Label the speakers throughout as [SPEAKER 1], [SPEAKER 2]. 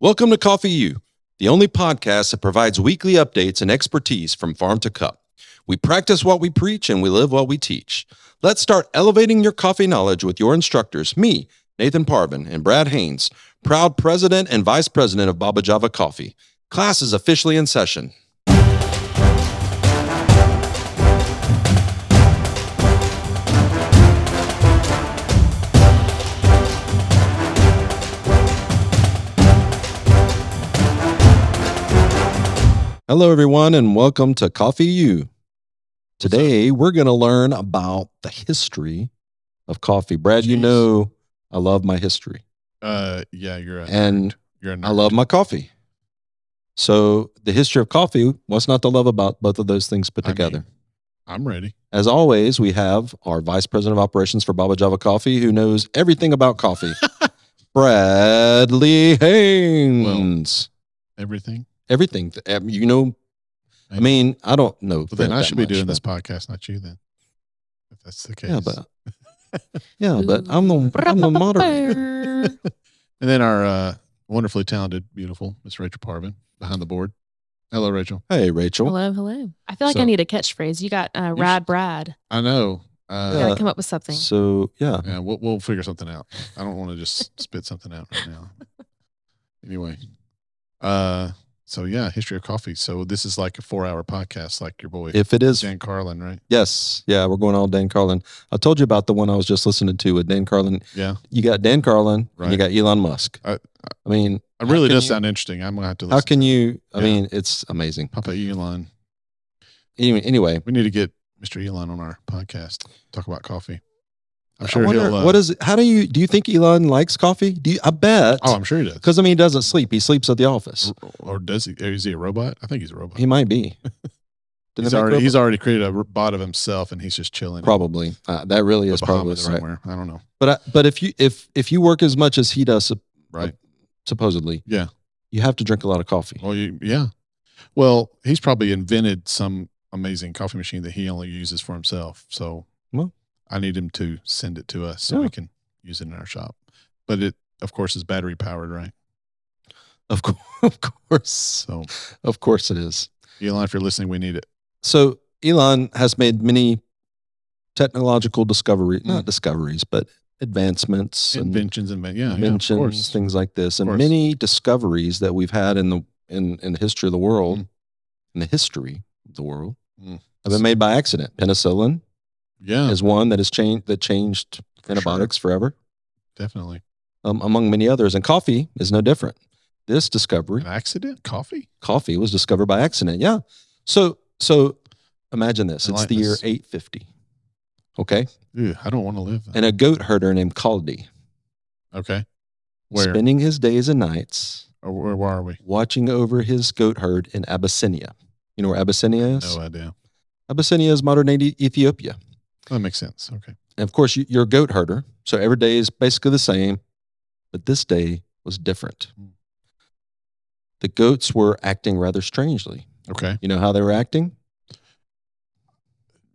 [SPEAKER 1] Welcome to Coffee U, the only podcast that provides weekly updates and expertise from farm to cup. We practice what we preach and we live what we teach. Let's start elevating your coffee knowledge with your instructors, me, Nathan Parvin, and Brad Haynes, proud president and vice president of Baba Java Coffee. Class is officially in session. Hello, everyone, and welcome to Coffee U. Today, we're going to learn about the history of coffee. Brad, you
[SPEAKER 2] Jeez.
[SPEAKER 1] know I love my history.
[SPEAKER 2] Uh, yeah, you're a
[SPEAKER 1] And
[SPEAKER 2] you're a
[SPEAKER 1] I
[SPEAKER 2] nerd.
[SPEAKER 1] love my coffee. So the history of coffee, what's not to love about both of those things put
[SPEAKER 2] I mean-
[SPEAKER 1] together?
[SPEAKER 2] I'm ready.
[SPEAKER 1] As always, we have our vice president of operations for Baba Java Coffee, who knows everything about coffee, Bradley Haynes.
[SPEAKER 2] Everything.
[SPEAKER 1] everything. Th- um, You know, I mean, I don't know.
[SPEAKER 2] Well, then
[SPEAKER 1] that
[SPEAKER 2] I should be
[SPEAKER 1] much,
[SPEAKER 2] doing
[SPEAKER 1] but-
[SPEAKER 2] this podcast, not you. Then, if that's the case.
[SPEAKER 1] Yeah, but yeah, but I'm the I'm the moderator.
[SPEAKER 2] and then our uh, wonderfully talented, beautiful Miss Rachel Parvin behind the board. Hello, Rachel.
[SPEAKER 1] Hey, Rachel.
[SPEAKER 3] Hello, hello. I feel like
[SPEAKER 2] So-
[SPEAKER 3] I need a catchphrase. You got uh, ride, bride.
[SPEAKER 2] I know.
[SPEAKER 3] You
[SPEAKER 2] Uh,
[SPEAKER 3] gotta
[SPEAKER 1] Uh,
[SPEAKER 3] come up with something.
[SPEAKER 1] So yeah,
[SPEAKER 2] yeah, we'll we'll figure something out. I don't want to just spit something out right now. Anyway, uh, so yeah, history of coffee. So this is like a four-hour podcast, like your boy
[SPEAKER 1] if it is
[SPEAKER 2] Dan Carlin, right?
[SPEAKER 1] Yes. Yeah, we're going all Dan Carlin. I told you about the one I was just listening to with Dan Carlin.
[SPEAKER 2] Yeah.
[SPEAKER 1] You got Dan Carlin and you
[SPEAKER 2] Right.
[SPEAKER 1] got Elon Musk.
[SPEAKER 2] I-
[SPEAKER 1] I, mean,
[SPEAKER 2] It
[SPEAKER 1] How
[SPEAKER 2] really
[SPEAKER 1] can
[SPEAKER 2] does
[SPEAKER 1] you-
[SPEAKER 2] sound interesting. I'm gonna have to listen.
[SPEAKER 1] how can you? I
[SPEAKER 2] Yeah.
[SPEAKER 1] mean, it's amazing.
[SPEAKER 2] Papa E Elon.
[SPEAKER 1] Anyway, anyway
[SPEAKER 2] We need to get Mr. Elon on our podcast. Talk about coffee. I'm sure
[SPEAKER 1] I wonder,
[SPEAKER 2] he'll. Uh,
[SPEAKER 1] what is, how do you, do you think Elon likes coffee? Do you, I bet.
[SPEAKER 2] Oh, I'm sure he does.
[SPEAKER 1] Because, I mean, he doesn't sleep. He sleeps at the office.
[SPEAKER 2] Or does he? Is he a robot? I think he's a robot.
[SPEAKER 1] He might be. Did
[SPEAKER 2] he's
[SPEAKER 1] they make
[SPEAKER 2] already
[SPEAKER 1] robots?
[SPEAKER 2] he's already created a bot of himself, and he's just chilling.
[SPEAKER 1] probably. Uh, that really
[SPEAKER 2] in the
[SPEAKER 1] is probably
[SPEAKER 2] Bahamas
[SPEAKER 1] right.
[SPEAKER 2] somewhere. I don't know.
[SPEAKER 1] But, I, but if you, if, if you work as much as he does, sup-
[SPEAKER 2] Right.
[SPEAKER 1] supposedly,
[SPEAKER 2] Yeah.
[SPEAKER 1] you have to drink a lot of coffee.
[SPEAKER 2] Well, you, yeah. Well, he's probably invented some amazing coffee machine that he only uses for himself. So,
[SPEAKER 1] Well.
[SPEAKER 2] I need him to send it to us so
[SPEAKER 1] Yeah.
[SPEAKER 2] we can use it in our shop. But it, of course, is battery powered, right?
[SPEAKER 1] Of course. Of course.
[SPEAKER 2] So,
[SPEAKER 1] Of course it is.
[SPEAKER 2] Elon, if you're listening, we need it.
[SPEAKER 1] so Elon has made many technological discovery not discoveries, but advancements and
[SPEAKER 2] Inventions, Hmm. inven- yeah, yeah, of
[SPEAKER 1] inventions,
[SPEAKER 2] course.
[SPEAKER 1] things like this,
[SPEAKER 2] Of
[SPEAKER 1] and
[SPEAKER 2] course.
[SPEAKER 1] many discoveries that we've had in the in, in the history of the world,
[SPEAKER 2] Mm.
[SPEAKER 1] in the history of the world,
[SPEAKER 2] Mm.
[SPEAKER 1] have been made by accident. Penicillin
[SPEAKER 2] Yeah,
[SPEAKER 1] is one that has changed that changed
[SPEAKER 2] For
[SPEAKER 1] antibiotics forever,
[SPEAKER 2] definitely.
[SPEAKER 1] um, among many others. And coffee is no different. This discovery,
[SPEAKER 2] An accident? Coffee?
[SPEAKER 1] coffee, was discovered by accident. Yeah. So so imagine this. It's the year
[SPEAKER 2] Enlightenment.
[SPEAKER 1] 850. Okay.
[SPEAKER 2] Ew, I don't want to live.
[SPEAKER 1] and a goat herder named Caldi,
[SPEAKER 2] okay. Where,
[SPEAKER 1] spending his days and nights
[SPEAKER 2] or where where are we?
[SPEAKER 1] watching over his goat herd in Abyssinia. You know where Abyssinia is?
[SPEAKER 2] No idea.
[SPEAKER 1] Abyssinia is modern day Ethiopia.
[SPEAKER 2] That makes sense. Okay.
[SPEAKER 1] And of course, you- you're a goat herder, so every day is basically the same, but this day was different.
[SPEAKER 2] Hmm.
[SPEAKER 1] The goats were acting rather strangely.
[SPEAKER 2] Okay.
[SPEAKER 1] You know how they were acting?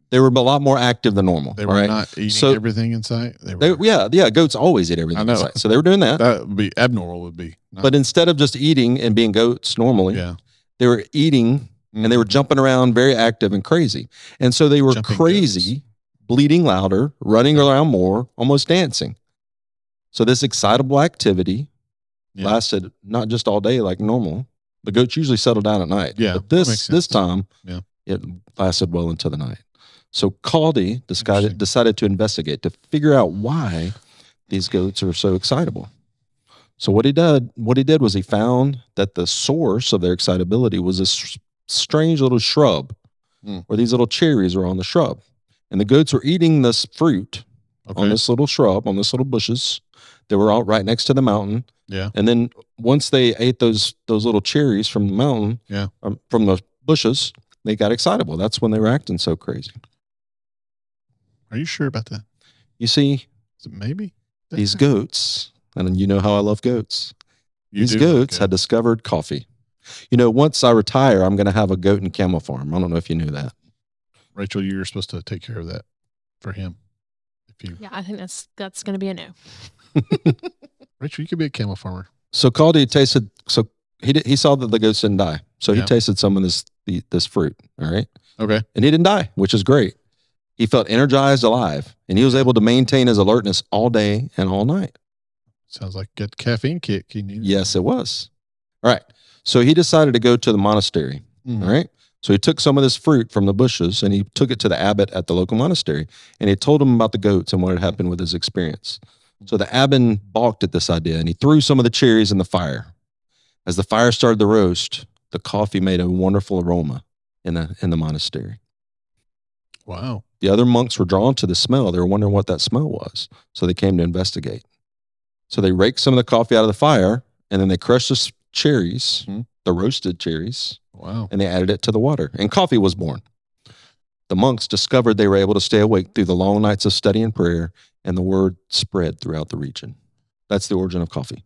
[SPEAKER 1] They were a lot more active than normal.
[SPEAKER 2] They
[SPEAKER 1] all
[SPEAKER 2] were
[SPEAKER 1] right?
[SPEAKER 2] not eating
[SPEAKER 1] So-
[SPEAKER 2] everything in sight. They
[SPEAKER 1] They-
[SPEAKER 2] were.
[SPEAKER 1] yeah, yeah. Goats always eat everything.
[SPEAKER 2] know.
[SPEAKER 1] inside, So they were doing that.
[SPEAKER 2] That would be abnormal. Would be. Not,
[SPEAKER 1] But instead of just eating and being goats normally,
[SPEAKER 2] yeah. Mm.
[SPEAKER 1] they were eating and they were jumping around very active and crazy. And so they were
[SPEAKER 2] Jumping
[SPEAKER 1] crazy, bleeding louder, running around more, almost dancing. So this excitable activity
[SPEAKER 2] Yeah.
[SPEAKER 1] lasted not just all day like normal. The goats usually settle down at night.
[SPEAKER 2] Yeah,
[SPEAKER 1] But
[SPEAKER 2] that
[SPEAKER 1] this
[SPEAKER 2] makes
[SPEAKER 1] this
[SPEAKER 2] sense.
[SPEAKER 1] time
[SPEAKER 2] Yeah.
[SPEAKER 1] it lasted well into the night. So Caldy decided
[SPEAKER 2] Interesting.
[SPEAKER 1] decided to investigate to figure out why these goats are so excitable. So what he did what he did was he found that the source of their excitability was this s- strange little shrub
[SPEAKER 2] Hmm.
[SPEAKER 1] where these little cherries were on the shrub. And the goats were eating this fruit on
[SPEAKER 2] Okay.
[SPEAKER 1] this little shrub, on this little bushes. They were all right next to the mountain.
[SPEAKER 2] Yeah.
[SPEAKER 1] And then once they ate those those little cherries from the mountain,
[SPEAKER 2] Yeah.
[SPEAKER 1] um, from the bushes, they got excitable. That's when they were acting so crazy.
[SPEAKER 2] Are you sure about that?
[SPEAKER 1] You see,
[SPEAKER 2] Is it maybe?
[SPEAKER 1] these goats, and you know how I love goats.
[SPEAKER 2] You
[SPEAKER 1] these
[SPEAKER 2] do look
[SPEAKER 1] goats
[SPEAKER 2] good.
[SPEAKER 1] had discovered coffee. You know, once I retire, I'm going to have a goat and camel farm. I don't know if you knew that.
[SPEAKER 2] Rachel, you're supposed to take care of that for him. If you,
[SPEAKER 3] yeah, I think that's that's gonna be a no.
[SPEAKER 2] Rachel, you could be a camel farmer.
[SPEAKER 1] So Caldy tasted so he did, he saw that the ghost didn't die. So he
[SPEAKER 2] Yeah.
[SPEAKER 1] tasted some of this the, this fruit. All right,
[SPEAKER 2] Okay.
[SPEAKER 1] and he didn't die, which is great. He felt energized, alive, and he was able to maintain his alertness all day and all night.
[SPEAKER 2] Sounds like a good caffeine kick you need.
[SPEAKER 1] Yes, it was. All right. So he decided to go to the monastery.
[SPEAKER 2] Mm.
[SPEAKER 1] All right. So he took some of this fruit from the bushes and he took it to the abbot at the local monastery and he told him about the goats and what had happened with his experience. So the abbot balked at this idea and he threw some of the cherries in the fire. As the fire started to roast, the coffee made a wonderful aroma in the in the monastery.
[SPEAKER 2] Wow.
[SPEAKER 1] The other monks were drawn to the smell. They were wondering what that smell was. So they came to investigate. So they raked some of the coffee out of the fire and then they crushed the s- cherries,
[SPEAKER 2] Mhm.
[SPEAKER 1] the roasted cherries,
[SPEAKER 2] Wow.
[SPEAKER 1] and they added it to the water. And coffee was born. The monks discovered they were able to stay awake through the long nights of study and prayer, and the word spread throughout the region. That's the origin of coffee.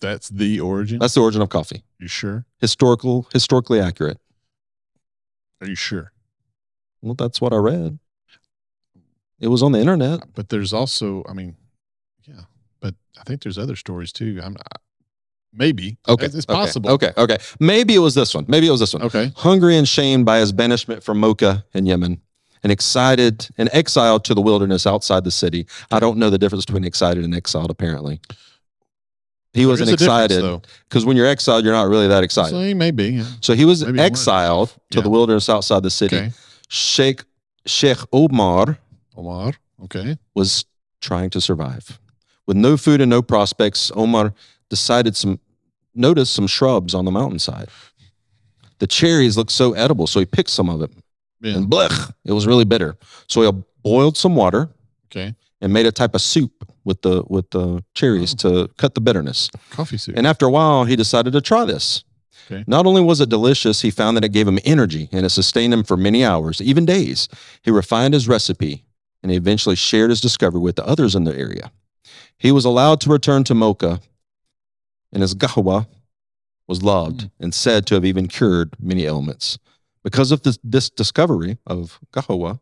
[SPEAKER 2] That's the origin.
[SPEAKER 1] That's the origin of coffee.
[SPEAKER 2] you sure?
[SPEAKER 1] Historical, historically accurate.
[SPEAKER 2] Are you sure?
[SPEAKER 1] Well, that's what I read. It was on the internet.
[SPEAKER 2] But there's also, I mean, yeah. But I think there's other stories too. I'm I, maybe.
[SPEAKER 1] Okay.
[SPEAKER 2] It's, it's
[SPEAKER 1] okay, Oh,
[SPEAKER 2] possible.
[SPEAKER 1] Okay. Okay. Maybe it was this one. Maybe it was this one.
[SPEAKER 2] Okay.
[SPEAKER 1] hungry and shamed by his banishment from Mocha in Yemen, and excited and exiled to the wilderness outside the city. I don't know the difference between excited and exiled, apparently. He
[SPEAKER 2] There
[SPEAKER 1] wasn't
[SPEAKER 2] is a difference,
[SPEAKER 1] excited
[SPEAKER 2] though.
[SPEAKER 1] because when you're exiled, you're not really that excited.
[SPEAKER 2] So maybe.
[SPEAKER 1] So he was
[SPEAKER 2] Maybe it
[SPEAKER 1] exiled
[SPEAKER 2] was.
[SPEAKER 1] to the
[SPEAKER 2] Yeah.
[SPEAKER 1] wilderness outside the city.
[SPEAKER 2] Okay.
[SPEAKER 1] Sheikh Sheikh Omar
[SPEAKER 2] Omar. Okay.
[SPEAKER 1] was trying to survive. With no food and no prospects, Omar decided some noticed some shrubs on the mountainside. The cherries looked so edible, so he picked some of it
[SPEAKER 2] Yeah.
[SPEAKER 1] and blech, it was really bitter. So he boiled some water
[SPEAKER 2] Okay.
[SPEAKER 1] and made a type of soup with the with the cherries to cut the bitterness.
[SPEAKER 2] Coffee soup.
[SPEAKER 1] And after a while, he decided to try this.
[SPEAKER 2] Okay.
[SPEAKER 1] Not only was it delicious, he found that it gave him energy and it sustained him for many hours, even days. He refined his recipe and he eventually shared his discovery with the others in the area. He was allowed to return to Mocha, and his gahawa was loved and said to have even cured many ailments. Because of this, this discovery of gahawa,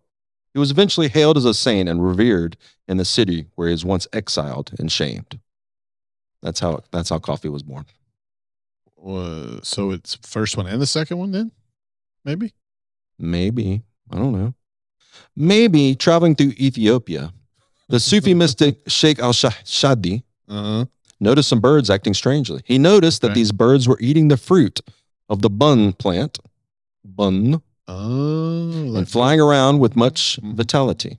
[SPEAKER 1] he was eventually hailed as a saint and revered in the city where he was once exiled and shamed. That's how that's how coffee was born.
[SPEAKER 2] Uh, so it's first one and the second one then? Maybe.
[SPEAKER 1] Maybe. I don't know. Maybe traveling through Ethiopia, the Sufi mystic Sheikh al Shadi
[SPEAKER 2] Uh
[SPEAKER 1] noticed some birds acting strangely. He noticed that
[SPEAKER 2] Okay.
[SPEAKER 1] these birds were eating the fruit of the bun plant, bun,
[SPEAKER 2] Oh.
[SPEAKER 1] and flying around with much
[SPEAKER 2] Mhm.
[SPEAKER 1] vitality.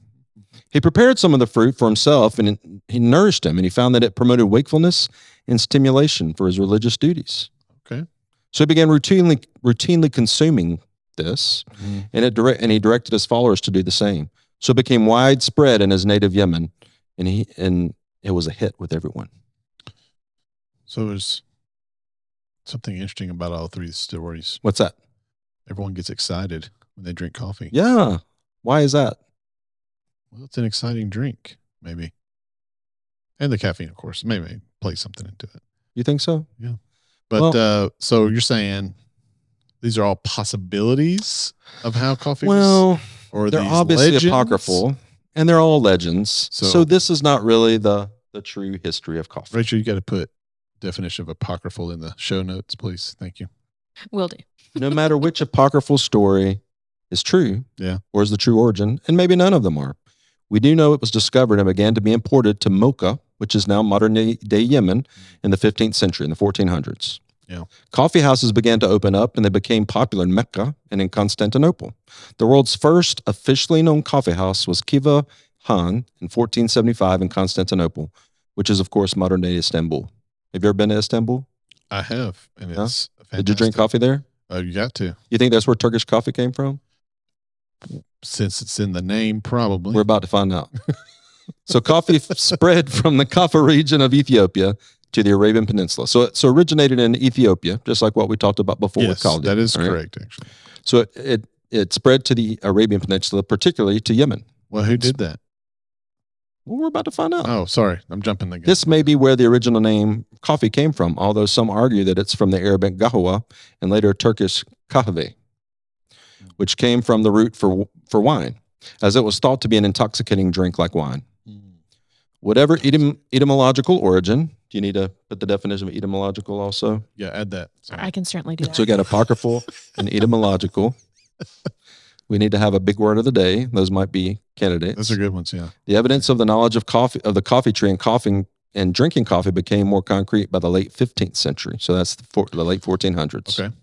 [SPEAKER 1] He prepared some of the fruit for himself and it- he nourished him, and he found that it promoted wakefulness and stimulation for his religious duties.
[SPEAKER 2] Okay.
[SPEAKER 1] So he began routinely routinely consuming this
[SPEAKER 2] Mhm.
[SPEAKER 1] and it direct, and he directed his followers to do the same. So it became widespread in his native Yemen, and he and it was a hit with everyone.
[SPEAKER 2] So there's something interesting about all three stories.
[SPEAKER 1] What's that?
[SPEAKER 2] Everyone gets excited when they drink coffee.
[SPEAKER 1] Yeah. Why is that?
[SPEAKER 2] Well, it's an exciting drink, maybe. And the caffeine, of course, maybe play something into it.
[SPEAKER 1] You think so?
[SPEAKER 2] But uh, so you're saying these are all possibilities of how coffee was,
[SPEAKER 1] Well,
[SPEAKER 2] or
[SPEAKER 1] they're
[SPEAKER 2] these
[SPEAKER 1] obviously
[SPEAKER 2] legends?
[SPEAKER 1] apocryphal, and they're all legends. So,
[SPEAKER 2] So-
[SPEAKER 1] this is not really the the true history of coffee.
[SPEAKER 2] Rachel, you got to put definition of apocryphal in the show notes, please. Thank you.
[SPEAKER 3] Will do.
[SPEAKER 1] No matter which apocryphal story is true,
[SPEAKER 2] Yeah.
[SPEAKER 1] or is the true origin, and maybe none of them are. We do know it was discovered and began to be imported to Mocha, which is now modern day day Yemen, in the 15th century, in the 1400s.
[SPEAKER 2] Yeah.
[SPEAKER 1] Coffee houses began to open up and they became popular in Mecca and in Constantinople. The world's first officially known coffee house was Kiva Han in 1475 in Constantinople, which is, of course, modern day Istanbul. Have you ever been to Istanbul?
[SPEAKER 2] I have, and
[SPEAKER 1] Yeah?
[SPEAKER 2] it's fantastic.
[SPEAKER 1] Did you drink coffee there?
[SPEAKER 2] Oh, you got to
[SPEAKER 1] You think that's where Turkish coffee came from?
[SPEAKER 2] since it's in the name, probably.
[SPEAKER 1] We're about to find out. so coffee f- spread from the Kaffa region of Ethiopia to the Arabian Peninsula. So it so originated in Ethiopia, just like what we talked about before
[SPEAKER 2] yes,
[SPEAKER 1] with Kaldi.
[SPEAKER 2] that is
[SPEAKER 1] all right?
[SPEAKER 2] correct, actually.
[SPEAKER 1] So it, it it spread to the Arabian Peninsula, particularly to Yemen.
[SPEAKER 2] Well, who did that?
[SPEAKER 1] Well, we're about to find out.
[SPEAKER 2] Oh, sorry, I'm jumping the gun.
[SPEAKER 1] This may be where the original name coffee came from, although some argue that it's from the Arabic gahawa and later Turkish kahve,
[SPEAKER 2] Hmm.
[SPEAKER 1] which came from the root for for wine, as it was
[SPEAKER 2] Mm.
[SPEAKER 1] thought to be an intoxicating drink like wine. Whatever etym- etymological origin, Do you need to put the definition of etymological also?
[SPEAKER 2] Yeah, add that. So,
[SPEAKER 3] I can certainly do that.
[SPEAKER 1] So we got apocryphal and etymological. We need to have a big word of the day. Those might be candidates.
[SPEAKER 2] those are good ones. Yeah.
[SPEAKER 1] The evidence of the knowledge of coffee of the coffee tree and coughing and drinking coffee became more concrete by the late 15th century. So that's the, four, the late 1400s.
[SPEAKER 2] Okay.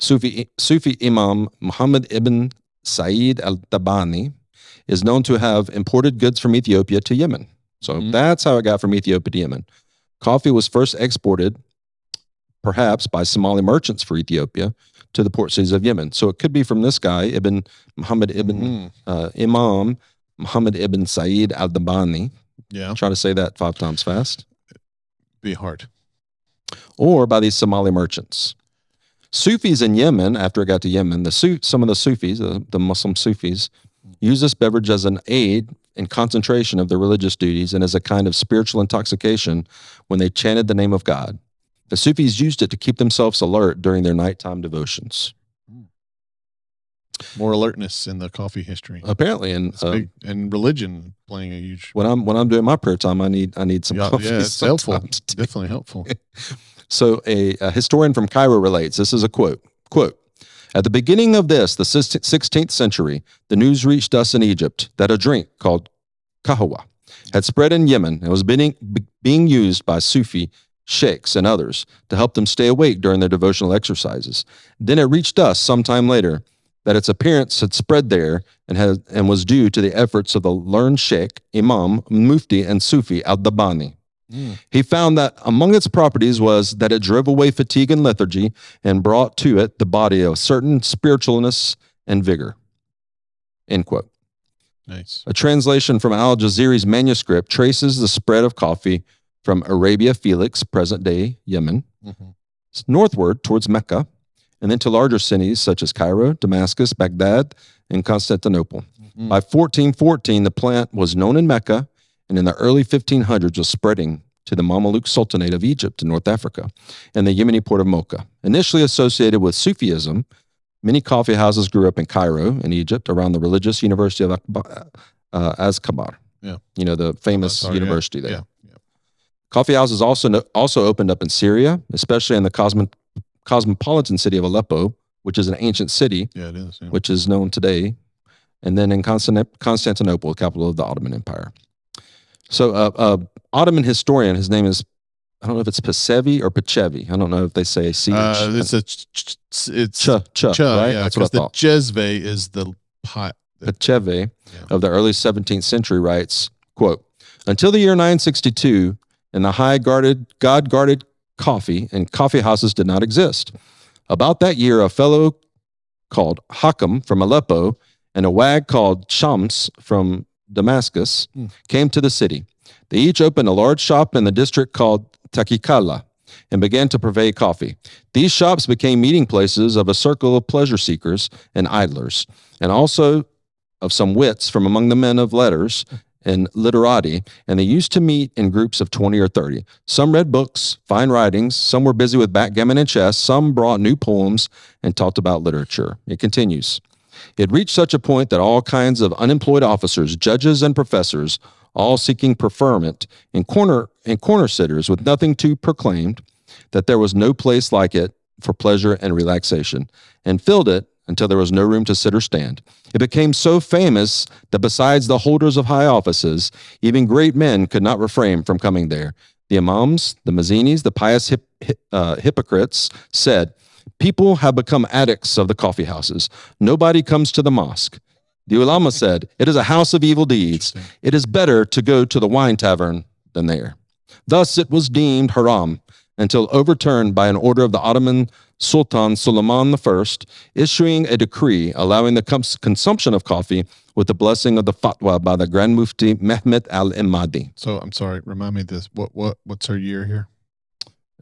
[SPEAKER 1] Sufi Sufi Imam Muhammad ibn Said al Tabani is known to have imported goods from Ethiopia to Yemen. So
[SPEAKER 2] Mhm.
[SPEAKER 1] that's how it got from Ethiopia to Yemen. Coffee was first exported, perhaps by Somali merchants for Ethiopia, to the port cities of Yemen. So it could be from this guy, Ibn Muhammad ibn
[SPEAKER 2] Mm,
[SPEAKER 1] uh, Imam Muhammad ibn Said al Dabani.
[SPEAKER 2] yeah.
[SPEAKER 1] Try to say that five times fast.
[SPEAKER 2] Be hard.
[SPEAKER 1] Or by these Somali merchants. Sufis in Yemen, after it got to Yemen, the Su- some of the Sufis, uh, the Muslim Sufis, use this beverage as an aid in concentration of their religious duties and as a kind of spiritual intoxication when they chanted the name of God. The Sufis used it to keep themselves alert during their nighttime devotions.
[SPEAKER 2] More alertness in the coffee history.
[SPEAKER 1] Apparently, and
[SPEAKER 2] It's
[SPEAKER 1] uh,
[SPEAKER 2] big, and religion playing a huge,
[SPEAKER 1] when I'm when I'm doing my prayer time, I need I need some
[SPEAKER 2] Yeah,
[SPEAKER 1] coffee
[SPEAKER 2] yeah, it's helpful.
[SPEAKER 1] sometimes, too.
[SPEAKER 2] definitely helpful.
[SPEAKER 1] So a, a historian from Cairo relates. This is a quote. Quote. At the beginning of this, the 16th century, the news reached us in Egypt that a drink called kahwa had spread in Yemen and was being, be- being used by Sufi sheikhs and others to help them stay awake during their devotional exercises. Then it reached us sometime later that its appearance had spread there and, had, and was due to the efforts of the learned sheikh, imam, mufti, and Sufi al-Dabani.
[SPEAKER 2] Mm.
[SPEAKER 1] He found that among its properties was that it drove away fatigue and lethargy and brought to it the body of certain spiritualness and vigor. End quote.
[SPEAKER 2] Nice.
[SPEAKER 1] A translation from Al Jaziri's manuscript traces the spread of coffee from Arabia Felix, present day Yemen,
[SPEAKER 2] Mhm.
[SPEAKER 1] northward towards Mecca, and then to larger cities such as Cairo, Damascus, Baghdad, and Constantinople.
[SPEAKER 2] Mm.
[SPEAKER 1] By 1414, the plant was known in Mecca and in the early 1500s was spreading to the Mameluke Sultanate of Egypt in North Africa and the Yemeni port of Mocha. Initially associated with Sufism, many coffee houses grew up in Cairo in Egypt around the religious university of Akba- uh, Azkabar.
[SPEAKER 2] Yeah.
[SPEAKER 1] You know, the famous
[SPEAKER 2] sorry, yeah,
[SPEAKER 1] university there.
[SPEAKER 2] Yeah. yeah.
[SPEAKER 1] Coffee houses also also opened up in Syria, especially in the cosmo, cosmopolitan city of Aleppo, which is an ancient city
[SPEAKER 2] Yeah, it is. Yeah.
[SPEAKER 1] Mm-hmm. which is known today, and then in Constant- Constantinople, capital of the Ottoman Empire. So, uh, uh, Ottoman historian, his name is, I don't know if it's Pasevi or Pachevi. I don't know if they say CH.
[SPEAKER 2] Uh, it's a ch- ch- ch- it's
[SPEAKER 1] Ch, ch,
[SPEAKER 2] ch-
[SPEAKER 1] right?
[SPEAKER 2] yeah,
[SPEAKER 1] That's what I
[SPEAKER 2] because the
[SPEAKER 1] thought.
[SPEAKER 2] jezve is the pot.
[SPEAKER 1] Pacheve
[SPEAKER 2] Yeah.
[SPEAKER 1] of the early 17th century writes, quote, until the year 962, and the high guarded, God guarded coffee and coffee houses did not exist. About that year, a fellow called Hakam from Aleppo and a wag called Shams from Damascus
[SPEAKER 2] Hmm.
[SPEAKER 1] came to the city. They each opened a large shop in the district called Takikala and began to purvey coffee. These shops became meeting places of a circle of pleasure seekers and idlers, and also of some wits from among the men of letters and literati, and they used to meet in groups of 20 or 30. Some read books, fine writings, some were busy with backgammon and chess, some brought new poems and talked about literature. It continues. It reached such a point that all kinds of unemployed officers, judges, and professors, all seeking preferment and corner and corner sitters with nothing to proclaim, that there was no place like it for pleasure and relaxation, and filled it until there was no room to sit or stand. It became so famous that besides the holders of high offices, even great men could not refrain from coming there. The imams, the mazinis, the pious hip, hi- uh, hypocrites said, People have become addicts of the coffee houses. Nobody comes to the mosque. The ulama said, It is a house of evil deeds.
[SPEAKER 2] Interesting.
[SPEAKER 1] It is better to go to the wine tavern than there. Thus it was deemed haram until overturned by an order of the Ottoman Sultan Suleiman I, issuing a decree allowing the cons- consumption of coffee with the blessing of the fatwa by the Grand Mufti Mehmet Al Imadi.
[SPEAKER 2] So I'm sorry. Remind me this. What what what's our year here?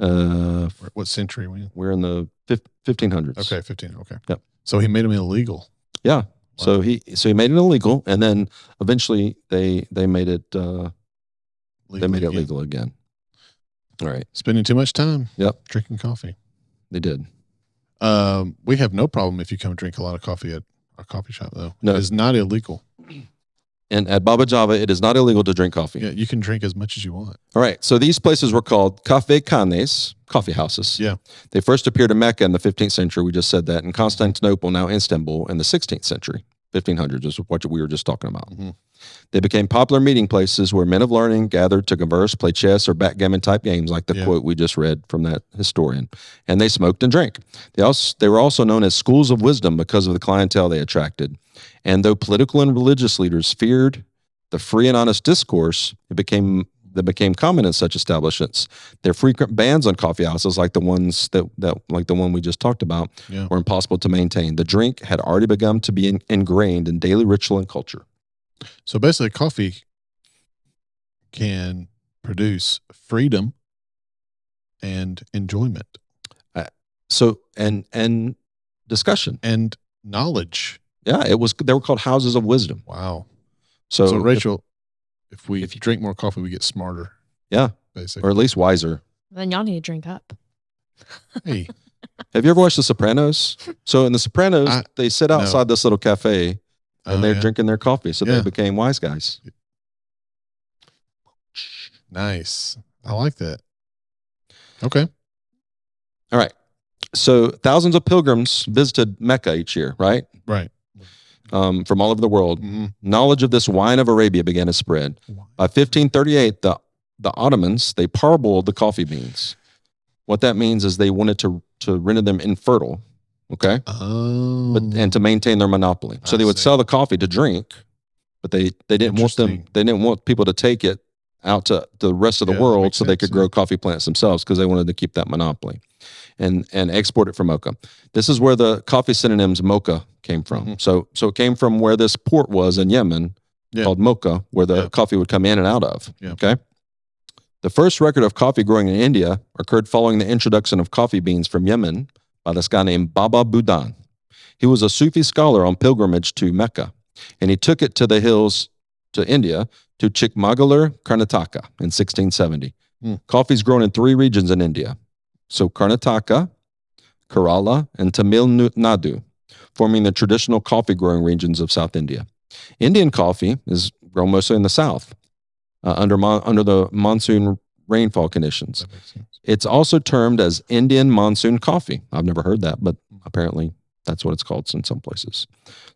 [SPEAKER 1] Uh,
[SPEAKER 2] Or What century we in?
[SPEAKER 1] we're in the fif- 1500s.
[SPEAKER 2] Okay, 15. Okay.
[SPEAKER 1] Yep.
[SPEAKER 2] So he made him illegal.
[SPEAKER 1] Yeah. So he so he made it illegal, and then eventually they they made it uh, they made it
[SPEAKER 2] again.
[SPEAKER 1] legal again. All right,
[SPEAKER 2] Spending too much time.
[SPEAKER 1] Yep.
[SPEAKER 2] Drinking coffee.
[SPEAKER 1] they did.
[SPEAKER 2] Um, we have no problem if you come drink a lot of coffee at our coffee shop, though.
[SPEAKER 1] No.
[SPEAKER 2] It is not illegal.
[SPEAKER 1] And at Baba Java, it is not illegal to drink coffee.
[SPEAKER 2] Yeah, you can drink as much as you want.
[SPEAKER 1] All right. So these places were called cafe canes, coffee houses.
[SPEAKER 2] Yeah.
[SPEAKER 1] They first appeared in Mecca in the 15th century. We just said that. In Constantinople, now Istanbul, in the 16th century. 1500s is what we were just talking about.
[SPEAKER 2] Mhm.
[SPEAKER 1] They became popular meeting places where men of learning gathered to converse, play chess, or backgammon type games, like the
[SPEAKER 2] Yeah.
[SPEAKER 1] quote we just read from that historian. And they smoked and drank. They also they were also known as schools of wisdom because of the clientele they attracted. And though political and religious leaders feared the free and honest discourse, it became that became common in such establishments. Their frequent bans on coffee houses, like the ones that, that like the one we just talked about,
[SPEAKER 2] Yeah.
[SPEAKER 1] were impossible to maintain. The drink had already begun to be in, ingrained in daily ritual and culture.
[SPEAKER 2] So basically, coffee can produce freedom and enjoyment
[SPEAKER 1] So and and discussion.
[SPEAKER 2] and knowledge.
[SPEAKER 1] Yeah, it was they were called houses of wisdom.
[SPEAKER 2] Wow.
[SPEAKER 1] So,
[SPEAKER 2] So,
[SPEAKER 1] if-
[SPEAKER 2] Rachel, if, we
[SPEAKER 1] if you-
[SPEAKER 2] drink more coffee, we get smarter.
[SPEAKER 1] Yeah. or
[SPEAKER 2] Basically.
[SPEAKER 1] at least wiser.
[SPEAKER 3] Then y'all need to drink up.
[SPEAKER 2] hey,
[SPEAKER 1] Have you ever watched The Sopranos? So in The Sopranos,
[SPEAKER 2] I-
[SPEAKER 1] they sit
[SPEAKER 2] no.
[SPEAKER 1] outside this little cafe and
[SPEAKER 2] oh,
[SPEAKER 1] they're
[SPEAKER 2] yeah.
[SPEAKER 1] drinking their coffee. So
[SPEAKER 2] Yeah.
[SPEAKER 1] they became wise guys.
[SPEAKER 2] Nice. I like that. Okay.
[SPEAKER 1] All right. So thousands of pilgrims visited Mecca each year, right?
[SPEAKER 2] Right.
[SPEAKER 1] Um, from all over the world.
[SPEAKER 2] Mhm.
[SPEAKER 1] Knowledge of this wine of Arabia began to spread. By 1538, the, the Ottomans, they parboiled the coffee beans. What that means is they wanted to, to render them infertile, okay?
[SPEAKER 2] Oh.
[SPEAKER 1] But, and to maintain their monopoly. So
[SPEAKER 2] I
[SPEAKER 1] they would
[SPEAKER 2] see.
[SPEAKER 1] sell the coffee to drink, but they, they didn't want them,
[SPEAKER 2] Interesting.
[SPEAKER 1] they didn't want people to take it out to the rest of the
[SPEAKER 2] Yeah, that
[SPEAKER 1] world
[SPEAKER 2] makes
[SPEAKER 1] so they could
[SPEAKER 2] sense,
[SPEAKER 1] grow
[SPEAKER 2] yeah.
[SPEAKER 1] coffee plants themselves because they wanted to keep that monopoly and, and export it from Mocha. This is where the coffee synonyms Mocha came from.
[SPEAKER 2] Mhm.
[SPEAKER 1] So, so it came from where this port was in Yemen
[SPEAKER 2] Yeah.
[SPEAKER 1] called Mocha, where the
[SPEAKER 2] Yeah.
[SPEAKER 1] coffee would come in and out of.
[SPEAKER 2] Yeah.
[SPEAKER 1] Okay. The first record of coffee growing in India occurred following the introduction of coffee beans from Yemen by this guy named Baba Budan. He was a Sufi scholar on pilgrimage to Mecca, and he took it to the hills to India to Chikmagalur, Karnataka in 1670.
[SPEAKER 2] Hmm.
[SPEAKER 1] Coffee's grown in three regions in India. So Karnataka, Kerala, and Tamil Nu- Nadu, forming the traditional coffee growing regions of South India. Indian coffee is grown mostly in the south uh, under, mon- under the monsoon rainfall conditions.
[SPEAKER 2] That makes sense.
[SPEAKER 1] It's also termed as Indian monsoon coffee. I've never heard that, but apparently that's what it's called in some places.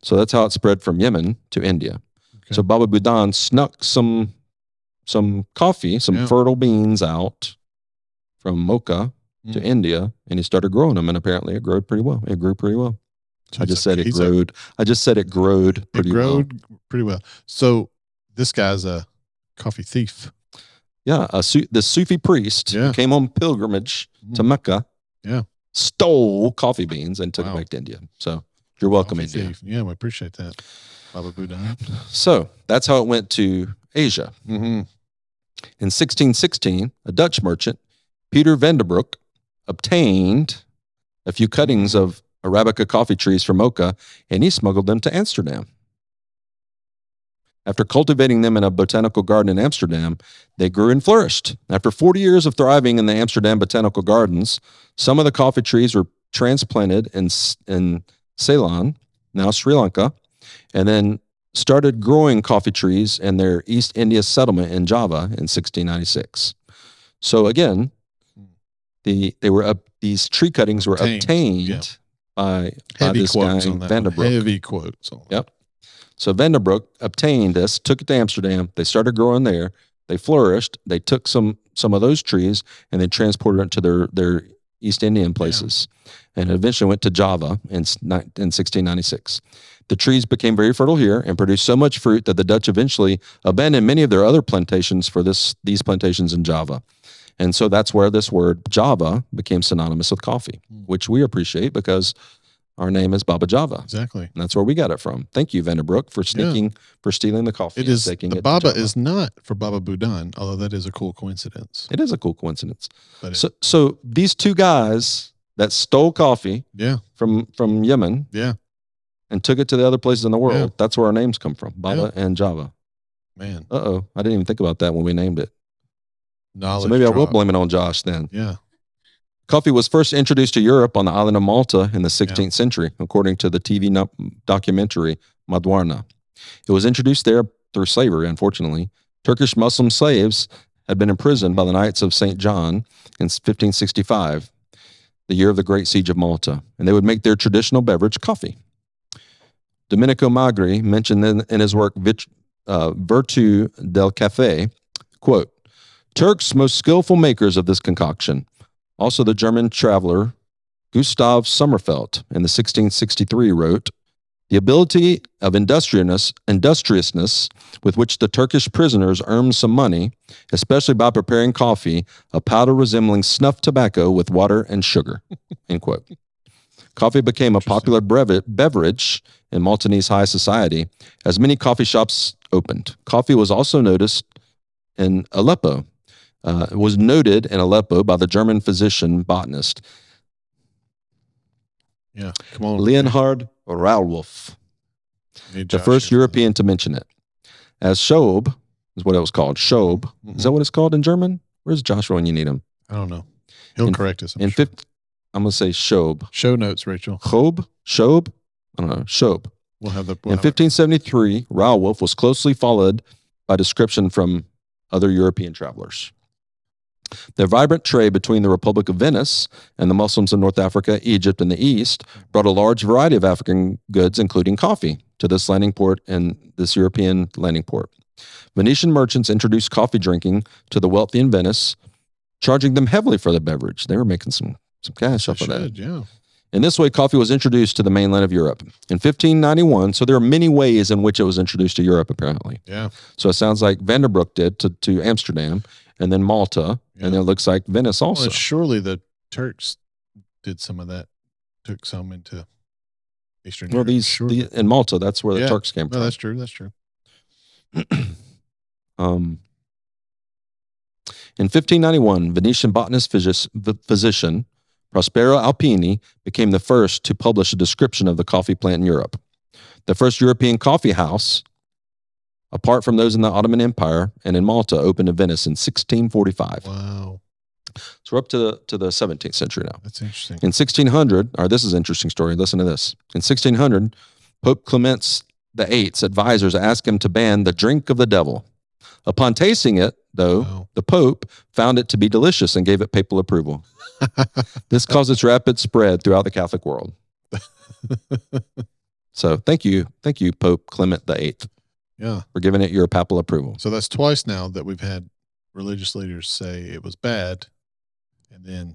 [SPEAKER 1] So that's how it spread from Yemen to India.
[SPEAKER 2] Okay.
[SPEAKER 1] So Baba Budan snuck some some coffee, some
[SPEAKER 2] Yeah.
[SPEAKER 1] fertile beans out from Mocha to
[SPEAKER 2] Mm.
[SPEAKER 1] India, and he started growing them, and apparently it growed pretty well. It grew pretty well. I
[SPEAKER 2] He's
[SPEAKER 1] just
[SPEAKER 2] a-
[SPEAKER 1] said it
[SPEAKER 2] he's a-
[SPEAKER 1] growed. I just said it growed pretty
[SPEAKER 2] it
[SPEAKER 1] well.
[SPEAKER 2] growed pretty well. So this guy's a coffee thief.
[SPEAKER 1] Yeah, a Su- the Sufi priest who
[SPEAKER 2] Yeah.
[SPEAKER 1] came on pilgrimage to
[SPEAKER 2] Mm,
[SPEAKER 1] Mecca.
[SPEAKER 2] Yeah.
[SPEAKER 1] Stole coffee beans and took
[SPEAKER 2] Wow.
[SPEAKER 1] it back to India. So you're welcome,
[SPEAKER 2] coffee
[SPEAKER 1] India.
[SPEAKER 2] thief. Yeah, we appreciate that. Baba Buddha.
[SPEAKER 1] So that's how it went to Asia.
[SPEAKER 2] Mm-hmm.
[SPEAKER 1] In 1616, a Dutch merchant, Peter Vandenbroek, obtained a few cuttings of Arabica coffee trees from Mocha and he smuggled them to Amsterdam. After cultivating them in a botanical garden in Amsterdam, they grew and flourished. After 40 years of thriving in the Amsterdam Botanical Gardens, some of the coffee trees were transplanted in, S- in Ceylon, now Sri Lanka, and then started growing coffee trees in their East India settlement in Java in 1696. So again, the they were up, these tree cuttings were
[SPEAKER 2] Obtained,
[SPEAKER 1] obtained
[SPEAKER 2] yeah.
[SPEAKER 1] by by
[SPEAKER 2] Heavy
[SPEAKER 1] this
[SPEAKER 2] quotes
[SPEAKER 1] guy
[SPEAKER 2] on that. one.
[SPEAKER 1] Vandenbroek.
[SPEAKER 2] Heavy quotes on
[SPEAKER 1] Yep. So Vandenbroek obtained this, took it to Amsterdam. They started growing there. They flourished. They took some some of those trees and they transported it to their their East Indian places, and eventually went to Java in s- ni- in 1696. The trees became very fertile here and produced so much fruit that the Dutch eventually abandoned many of their other plantations for this these plantations in Java. And so that's where this word Java became synonymous with coffee,
[SPEAKER 2] Hmm.
[SPEAKER 1] which we appreciate because our name is Baba Java.
[SPEAKER 2] Exactly.
[SPEAKER 1] And that's where we got it from. Thank you, Vanderbroek, for sneaking, for stealing the coffee.
[SPEAKER 2] It
[SPEAKER 1] and
[SPEAKER 2] is
[SPEAKER 1] taking
[SPEAKER 2] the
[SPEAKER 1] it to
[SPEAKER 2] Baba
[SPEAKER 1] Java.
[SPEAKER 2] is not for Baba Budan, although that is a cool coincidence.
[SPEAKER 1] It is a cool coincidence.
[SPEAKER 2] But it,
[SPEAKER 1] So, so these two guys that stole coffee
[SPEAKER 2] yeah,
[SPEAKER 1] from from Yemen,
[SPEAKER 2] Yeah.
[SPEAKER 1] and took it to the other places in the world.
[SPEAKER 2] Yeah.
[SPEAKER 1] That's where our names come from, Baba and Java.
[SPEAKER 2] man,
[SPEAKER 1] Uh oh, I didn't even think about that when we named it.
[SPEAKER 2] knowledge.
[SPEAKER 1] so maybe I will
[SPEAKER 2] drop.
[SPEAKER 1] blame it on Josh then.
[SPEAKER 2] Yeah,
[SPEAKER 1] Coffee was first introduced to Europe on the island of Malta in the 16th century, according to the TV no- documentary Madwarna. It was introduced there through slavery, unfortunately. Turkish Muslim slaves had been imprisoned by the Knights of St. John in 1565, the year of the Great Siege of Malta, and they would make their traditional beverage coffee. Domenico Magri mentioned in, in his work Vit, uh, Virtue del Café, quote, Turks most skillful makers of this concoction. Also the German traveler Gustav Sommerfeld in the 1663 wrote, the ability of industriousness, industriousness with which the Turkish prisoners earned some money, especially by preparing coffee, a powder resembling snuff tobacco with water and sugar. End quote. Coffee became a popular brevi- beverage in Maltese high society as many coffee shops opened. Coffee was also noticed in Aleppo. Uh, it was noted in Aleppo by the German physician botanist
[SPEAKER 2] Yeah. Come on.
[SPEAKER 1] Leonhard Raoulwolf.
[SPEAKER 2] Need
[SPEAKER 1] the
[SPEAKER 2] Josh
[SPEAKER 1] first
[SPEAKER 2] here.
[SPEAKER 1] European to mention it. As Schob is what it was called. Schob.
[SPEAKER 2] Mhm.
[SPEAKER 1] Is that what it's called in German? Where's Joshua when you need him?
[SPEAKER 2] I don't know. He'll
[SPEAKER 1] In-
[SPEAKER 2] correct us. I'm
[SPEAKER 1] in
[SPEAKER 2] sure.
[SPEAKER 1] fifth, I'm gonna say Schob.
[SPEAKER 2] show notes, Rachel.
[SPEAKER 1] Chob? Schob? I don't know. Schob.
[SPEAKER 2] We'll have the.
[SPEAKER 1] In
[SPEAKER 2] We'll have it.
[SPEAKER 1] 1573, Raoulwolf was closely followed by description from other European travelers. The vibrant trade between the Republic of Venice and the Muslims of North Africa, Egypt, and the East brought a large variety of African goods, including coffee, to this landing port and this European landing port. Venetian merchants introduced coffee drinking to the wealthy in Venice, charging them heavily for the beverage. They were making some, some cash
[SPEAKER 2] They
[SPEAKER 1] off of that.
[SPEAKER 2] should, yeah.
[SPEAKER 1] In this way, coffee was introduced to the mainland of Europe in 1591. So there are many ways in which it was introduced to Europe, apparently.
[SPEAKER 2] Yeah.
[SPEAKER 1] So it sounds like Vanderbroek did to, to Amsterdam and then Malta.
[SPEAKER 2] Yeah.
[SPEAKER 1] And then it looks like Venice
[SPEAKER 2] Well,
[SPEAKER 1] also.
[SPEAKER 2] Oh, and surely the Turks did some of that, took some into Eastern
[SPEAKER 1] Well,
[SPEAKER 2] Europe.
[SPEAKER 1] these
[SPEAKER 2] Sure.
[SPEAKER 1] the, in Malta, that's where
[SPEAKER 2] Yeah.
[SPEAKER 1] the Turks came
[SPEAKER 2] no,
[SPEAKER 1] from.
[SPEAKER 2] that's true. That's true.
[SPEAKER 1] um, in 1591, Venetian botanist physis- v- physician Prospero Alpini became the first to publish a description of the coffee plant in Europe. The first European coffee house, apart from those in the Ottoman Empire and in Malta, opened in Venice in 1645.
[SPEAKER 2] Wow,
[SPEAKER 1] So we're up to the, to the 17th century now.
[SPEAKER 2] that's interesting.
[SPEAKER 1] In 1600, or this is an interesting story. Listen to this. In 1600, Pope Clement's the Eighth's advisors asked him to ban the drink of the devil. Upon tasting it, though,
[SPEAKER 2] Wow.
[SPEAKER 1] the Pope found it to be delicious and gave it papal approval. This caused its rapid spread throughout the Catholic world. So thank you, thank you, Pope Clement the Eighth,
[SPEAKER 2] yeah.
[SPEAKER 1] for giving it your papal approval.
[SPEAKER 2] So that's twice now that we've had religious leaders say it was bad, and then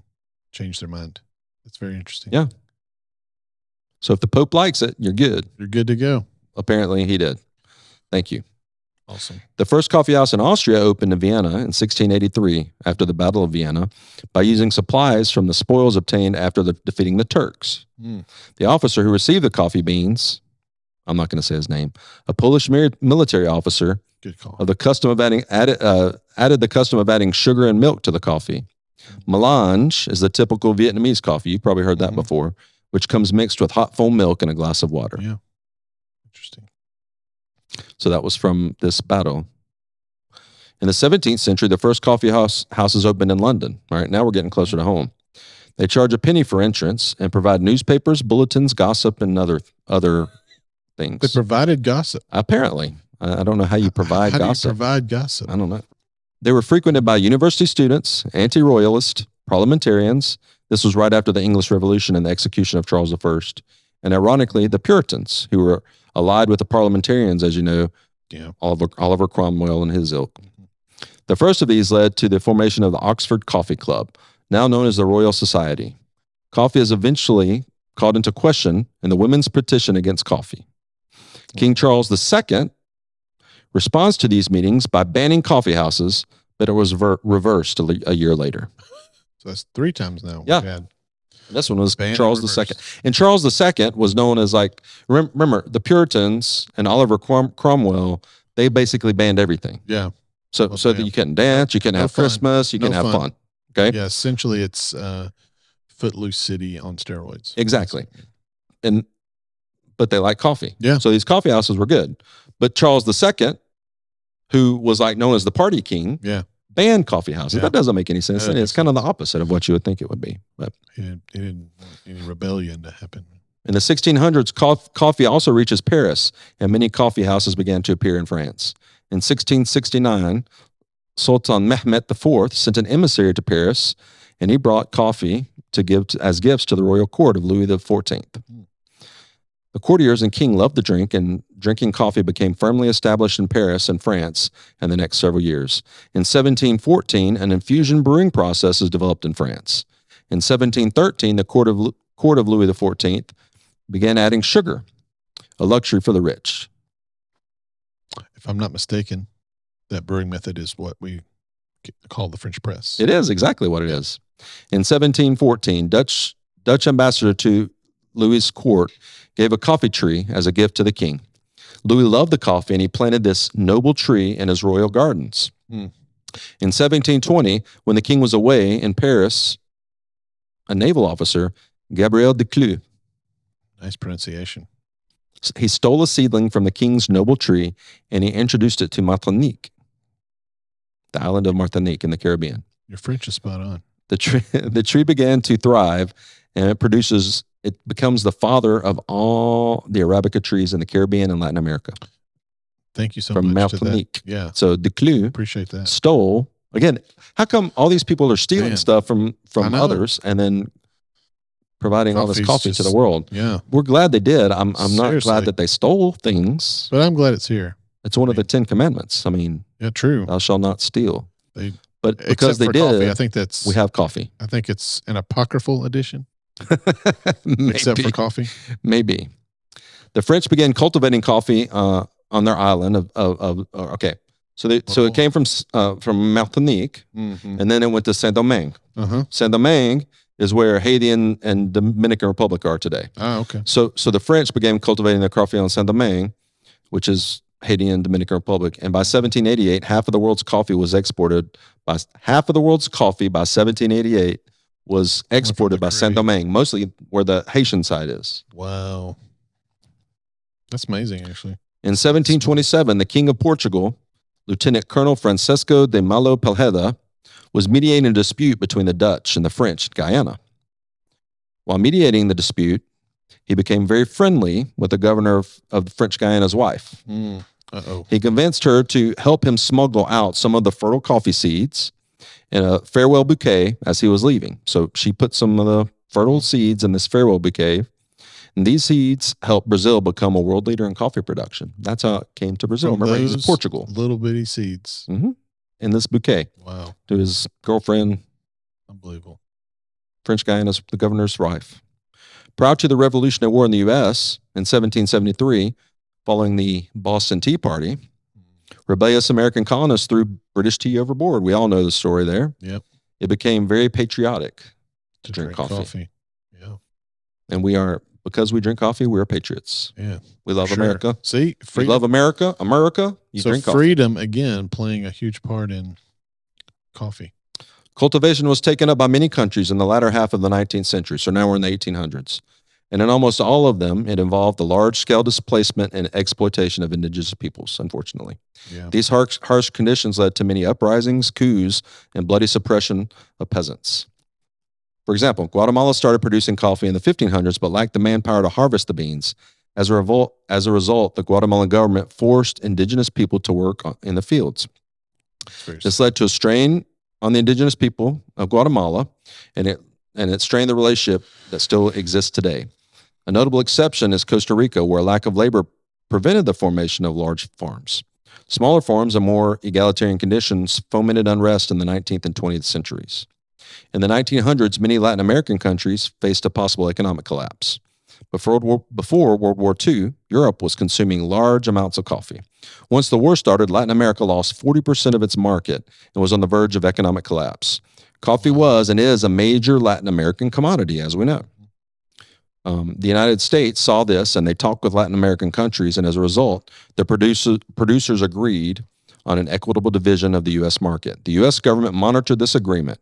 [SPEAKER 2] change their mind. That's very interesting.
[SPEAKER 1] Yeah. So if the Pope likes it, you're good.
[SPEAKER 2] You're good to go.
[SPEAKER 1] Apparently, he did. Thank you.
[SPEAKER 2] Awesome.
[SPEAKER 1] The first coffee house in Austria opened in Vienna in 1683 after the Battle of Vienna by using supplies from the spoils obtained after the, defeating the Turks.
[SPEAKER 2] Mm.
[SPEAKER 1] The officer who received the coffee beans, I'm not going to say his name, a Polish mir- military officer
[SPEAKER 2] Good call.
[SPEAKER 1] of the custom of adding added, uh, added the custom of adding sugar and milk to the coffee. Melange is the typical Vietnamese coffee. You've probably heard that
[SPEAKER 2] Mhm.
[SPEAKER 1] before, which comes mixed with hot foam milk and a glass of water.
[SPEAKER 2] Yeah. Interesting.
[SPEAKER 1] So that was from this battle. In the 17th century, the first coffee house, houses opened in London. All right, now we're getting closer to home. They charge a penny for entrance and provide newspapers, bulletins, gossip, and other other
[SPEAKER 2] They
[SPEAKER 1] things.
[SPEAKER 2] provided gossip.
[SPEAKER 1] Apparently, I I don't know how you provide
[SPEAKER 2] How
[SPEAKER 1] gossip.
[SPEAKER 2] Do you provide gossip.
[SPEAKER 1] I don't know. They were frequented by university students, anti royalist, parliamentarians. This was right after the English Revolution and the execution of Charles I. And ironically, the Puritans, who were allied with the parliamentarians, as you know,
[SPEAKER 2] Yeah.
[SPEAKER 1] Oliver, Oliver Cromwell and his ilk. The first of these led to the formation of the Oxford Coffee Club, now known as the Royal Society. Coffee is eventually called into question in the women's petition against coffee. King Charles II responds to these meetings by banning coffee houses, but it was ver- reversed a, le- a year later.
[SPEAKER 2] So that's three times now. we've
[SPEAKER 1] Yeah.
[SPEAKER 2] had
[SPEAKER 1] This one was
[SPEAKER 2] ban and
[SPEAKER 1] Charles
[SPEAKER 2] reverse.
[SPEAKER 1] II. And Charles II was known as like, rem- remember, the Puritans and Oliver Crom- Cromwell, they basically banned everything.
[SPEAKER 2] Yeah.
[SPEAKER 1] So,
[SPEAKER 2] Well,
[SPEAKER 1] so that
[SPEAKER 2] damn.
[SPEAKER 1] you couldn't dance, you couldn't
[SPEAKER 2] No
[SPEAKER 1] have
[SPEAKER 2] fun.
[SPEAKER 1] Christmas, you
[SPEAKER 2] No
[SPEAKER 1] couldn't have
[SPEAKER 2] fun.
[SPEAKER 1] fun. Okay.
[SPEAKER 2] Yeah, essentially it's uh Footloose City on steroids.
[SPEAKER 1] Exactly. And, but they like coffee.
[SPEAKER 2] Yeah.
[SPEAKER 1] So these coffee houses were good. But Charles II, who was like known as the party king,
[SPEAKER 2] Yeah.
[SPEAKER 1] banned coffee houses.
[SPEAKER 2] Yeah.
[SPEAKER 1] That doesn't make any sense.
[SPEAKER 2] That
[SPEAKER 1] it's
[SPEAKER 2] doesn't
[SPEAKER 1] kind of the opposite of what you would think it would be. But
[SPEAKER 2] He didn't, he didn't want any rebellion to happen.
[SPEAKER 1] In In the 1600s, cof- coffee also reaches Paris, and many coffee houses began to appear in France. In 1669, Sultan Mehmet IV sent an emissary to Paris, and he brought coffee to give to, as gifts to the royal court of Louis XIV. The courtiers and king loved the drink, and drinking coffee became firmly established in Paris and France in the next several years. In 1714, an infusion brewing process is developed in France. In 1713, the court of, Lu- court of Louis XIV began adding sugar, a luxury for the rich.
[SPEAKER 2] If I'm not mistaken, that brewing method is what we c- call the French press.
[SPEAKER 1] It is exactly what it is. In 1714, Dutch Dutch ambassador to Louis' court gave a coffee tree as a gift to the king. Louis loved the coffee and he planted this noble tree in his royal gardens.
[SPEAKER 2] Hmm.
[SPEAKER 1] In 1720, when the king was away in Paris, a naval officer, Gabriel de Clue,
[SPEAKER 2] Nice pronunciation.
[SPEAKER 1] he stole a seedling from the king's noble tree and he introduced it to Martinique, the island of Martinique in the Caribbean.
[SPEAKER 2] Your French is spot on.
[SPEAKER 1] the tree the tree began to thrive and it produces it becomes the father of all the arabica trees in the caribbean and latin america
[SPEAKER 2] Thank you so
[SPEAKER 1] From
[SPEAKER 2] much. to that.
[SPEAKER 1] Martinique.
[SPEAKER 2] Yeah.
[SPEAKER 1] so declue
[SPEAKER 2] Appreciate that.
[SPEAKER 1] stole again how come all these people are stealing
[SPEAKER 2] Man.
[SPEAKER 1] stuff from
[SPEAKER 2] I
[SPEAKER 1] from
[SPEAKER 2] know.
[SPEAKER 1] others and then providing all this coffee
[SPEAKER 2] Coffee's
[SPEAKER 1] to the
[SPEAKER 2] just-
[SPEAKER 1] world
[SPEAKER 2] Yeah.
[SPEAKER 1] we're glad they did i'm, I'm not
[SPEAKER 2] Seriously.
[SPEAKER 1] glad that they stole things
[SPEAKER 2] But I'm glad it's here.
[SPEAKER 1] it's one of the ten commandments i mean
[SPEAKER 2] Yeah, true.
[SPEAKER 1] thou shalt not steal
[SPEAKER 2] They-
[SPEAKER 1] but
[SPEAKER 2] Except
[SPEAKER 1] Uh, because they
[SPEAKER 2] for coffee. I
[SPEAKER 1] did
[SPEAKER 2] think that's
[SPEAKER 1] we have coffee
[SPEAKER 2] I think it's an apocryphal edition, except for
[SPEAKER 1] Maybe.
[SPEAKER 2] coffee.
[SPEAKER 1] Maybe. The French began cultivating coffee uh, on their island of, of, of uh, okay. So they, so it came from S- uh, from Martinique,
[SPEAKER 2] Mm-hmm.
[SPEAKER 1] and then it went to Saint Domingue.
[SPEAKER 2] Uh huh.
[SPEAKER 1] Saint Domingue is where Haiti and, and Dominican Republic are today.
[SPEAKER 2] Ah, okay.
[SPEAKER 1] So so the French began cultivating their coffee on Saint Domingue, which is Haiti and Dominican Republic. And by 1788, half of the world's coffee was exported by half of the world's coffee by 1788 was exported by Saint
[SPEAKER 2] Caribbean.
[SPEAKER 1] Domingue, mostly where the Haitian side is.
[SPEAKER 2] Wow. That's amazing, actually.
[SPEAKER 1] In 1727, the King of Portugal, Lieutenant Colonel Francisco de Malo Pelheda, was mediating a dispute between the Dutch and the French in Guyana. While mediating the dispute, he became very friendly with the governor of, of French Guyana's wife.
[SPEAKER 2] Mm. Uh oh.
[SPEAKER 1] He convinced her to help him smuggle out some of the fertile coffee seeds in a farewell bouquet as he was leaving. So she put some of the fertile seeds in this farewell bouquet. And these seeds helped Brazil become a world leader in coffee production. That's how it came to Brazil.
[SPEAKER 2] From
[SPEAKER 1] Remember, it was
[SPEAKER 2] those-
[SPEAKER 1] Portugal Mm-hmm.
[SPEAKER 2] Little bitty seeds.
[SPEAKER 1] in this bouquet
[SPEAKER 2] Wow.
[SPEAKER 1] to his girlfriend,
[SPEAKER 2] Unbelievable.
[SPEAKER 1] French Guyana's the governor's wife. Prior to the Revolutionary War in the U.S. in 1773, following the Boston Tea Party, rebellious American colonists threw British tea overboard. We all know the story there.
[SPEAKER 2] Yep.
[SPEAKER 1] It became very patriotic, To drink coffee.
[SPEAKER 2] Yeah.
[SPEAKER 1] and we are because we drink coffee, we are patriots.
[SPEAKER 2] Yeah.
[SPEAKER 1] We love
[SPEAKER 2] Sure.
[SPEAKER 1] America.
[SPEAKER 2] See,
[SPEAKER 1] We
[SPEAKER 2] freedom.
[SPEAKER 1] love America. America, you
[SPEAKER 2] so
[SPEAKER 1] drink coffee.
[SPEAKER 2] freedom again playing a huge part in coffee.
[SPEAKER 1] Cultivation was taken up by many countries in the latter half of the 19th century, so now we're in the 1800s. And in almost all of them, it involved the large scale displacement and exploitation of indigenous peoples, unfortunately.
[SPEAKER 2] Yeah.
[SPEAKER 1] These harsh, harsh conditions led to many uprisings, coups, and bloody suppression of peasants. For example, Guatemala started producing coffee in the 1500s but lacked the manpower to harvest the beans. As a, revolt, as a result, the Guatemalan government forced indigenous people to work on- in the fields.
[SPEAKER 2] It's very
[SPEAKER 1] This led to a strain on the indigenous people of Guatemala, and it and it strained the relationship that still exists today. A notable exception is Costa Rica, where a lack of labor prevented the formation of large farms. Smaller farms and more egalitarian conditions fomented unrest in the 19th and 20th centuries. In the 1900s, many Latin American countries faced a possible economic collapse. Before World War, before World War II, Europe was consuming large amounts of coffee. Once the war started, Latin America lost 40% of its market and was on the verge of economic collapse. Coffee was and is a major Latin American commodity, as we know. Um, the United States saw this and they talked with Latin American countries, and as a result, the producer, producers agreed on an equitable division of the U.S. market. The U.S. government monitored this agreement.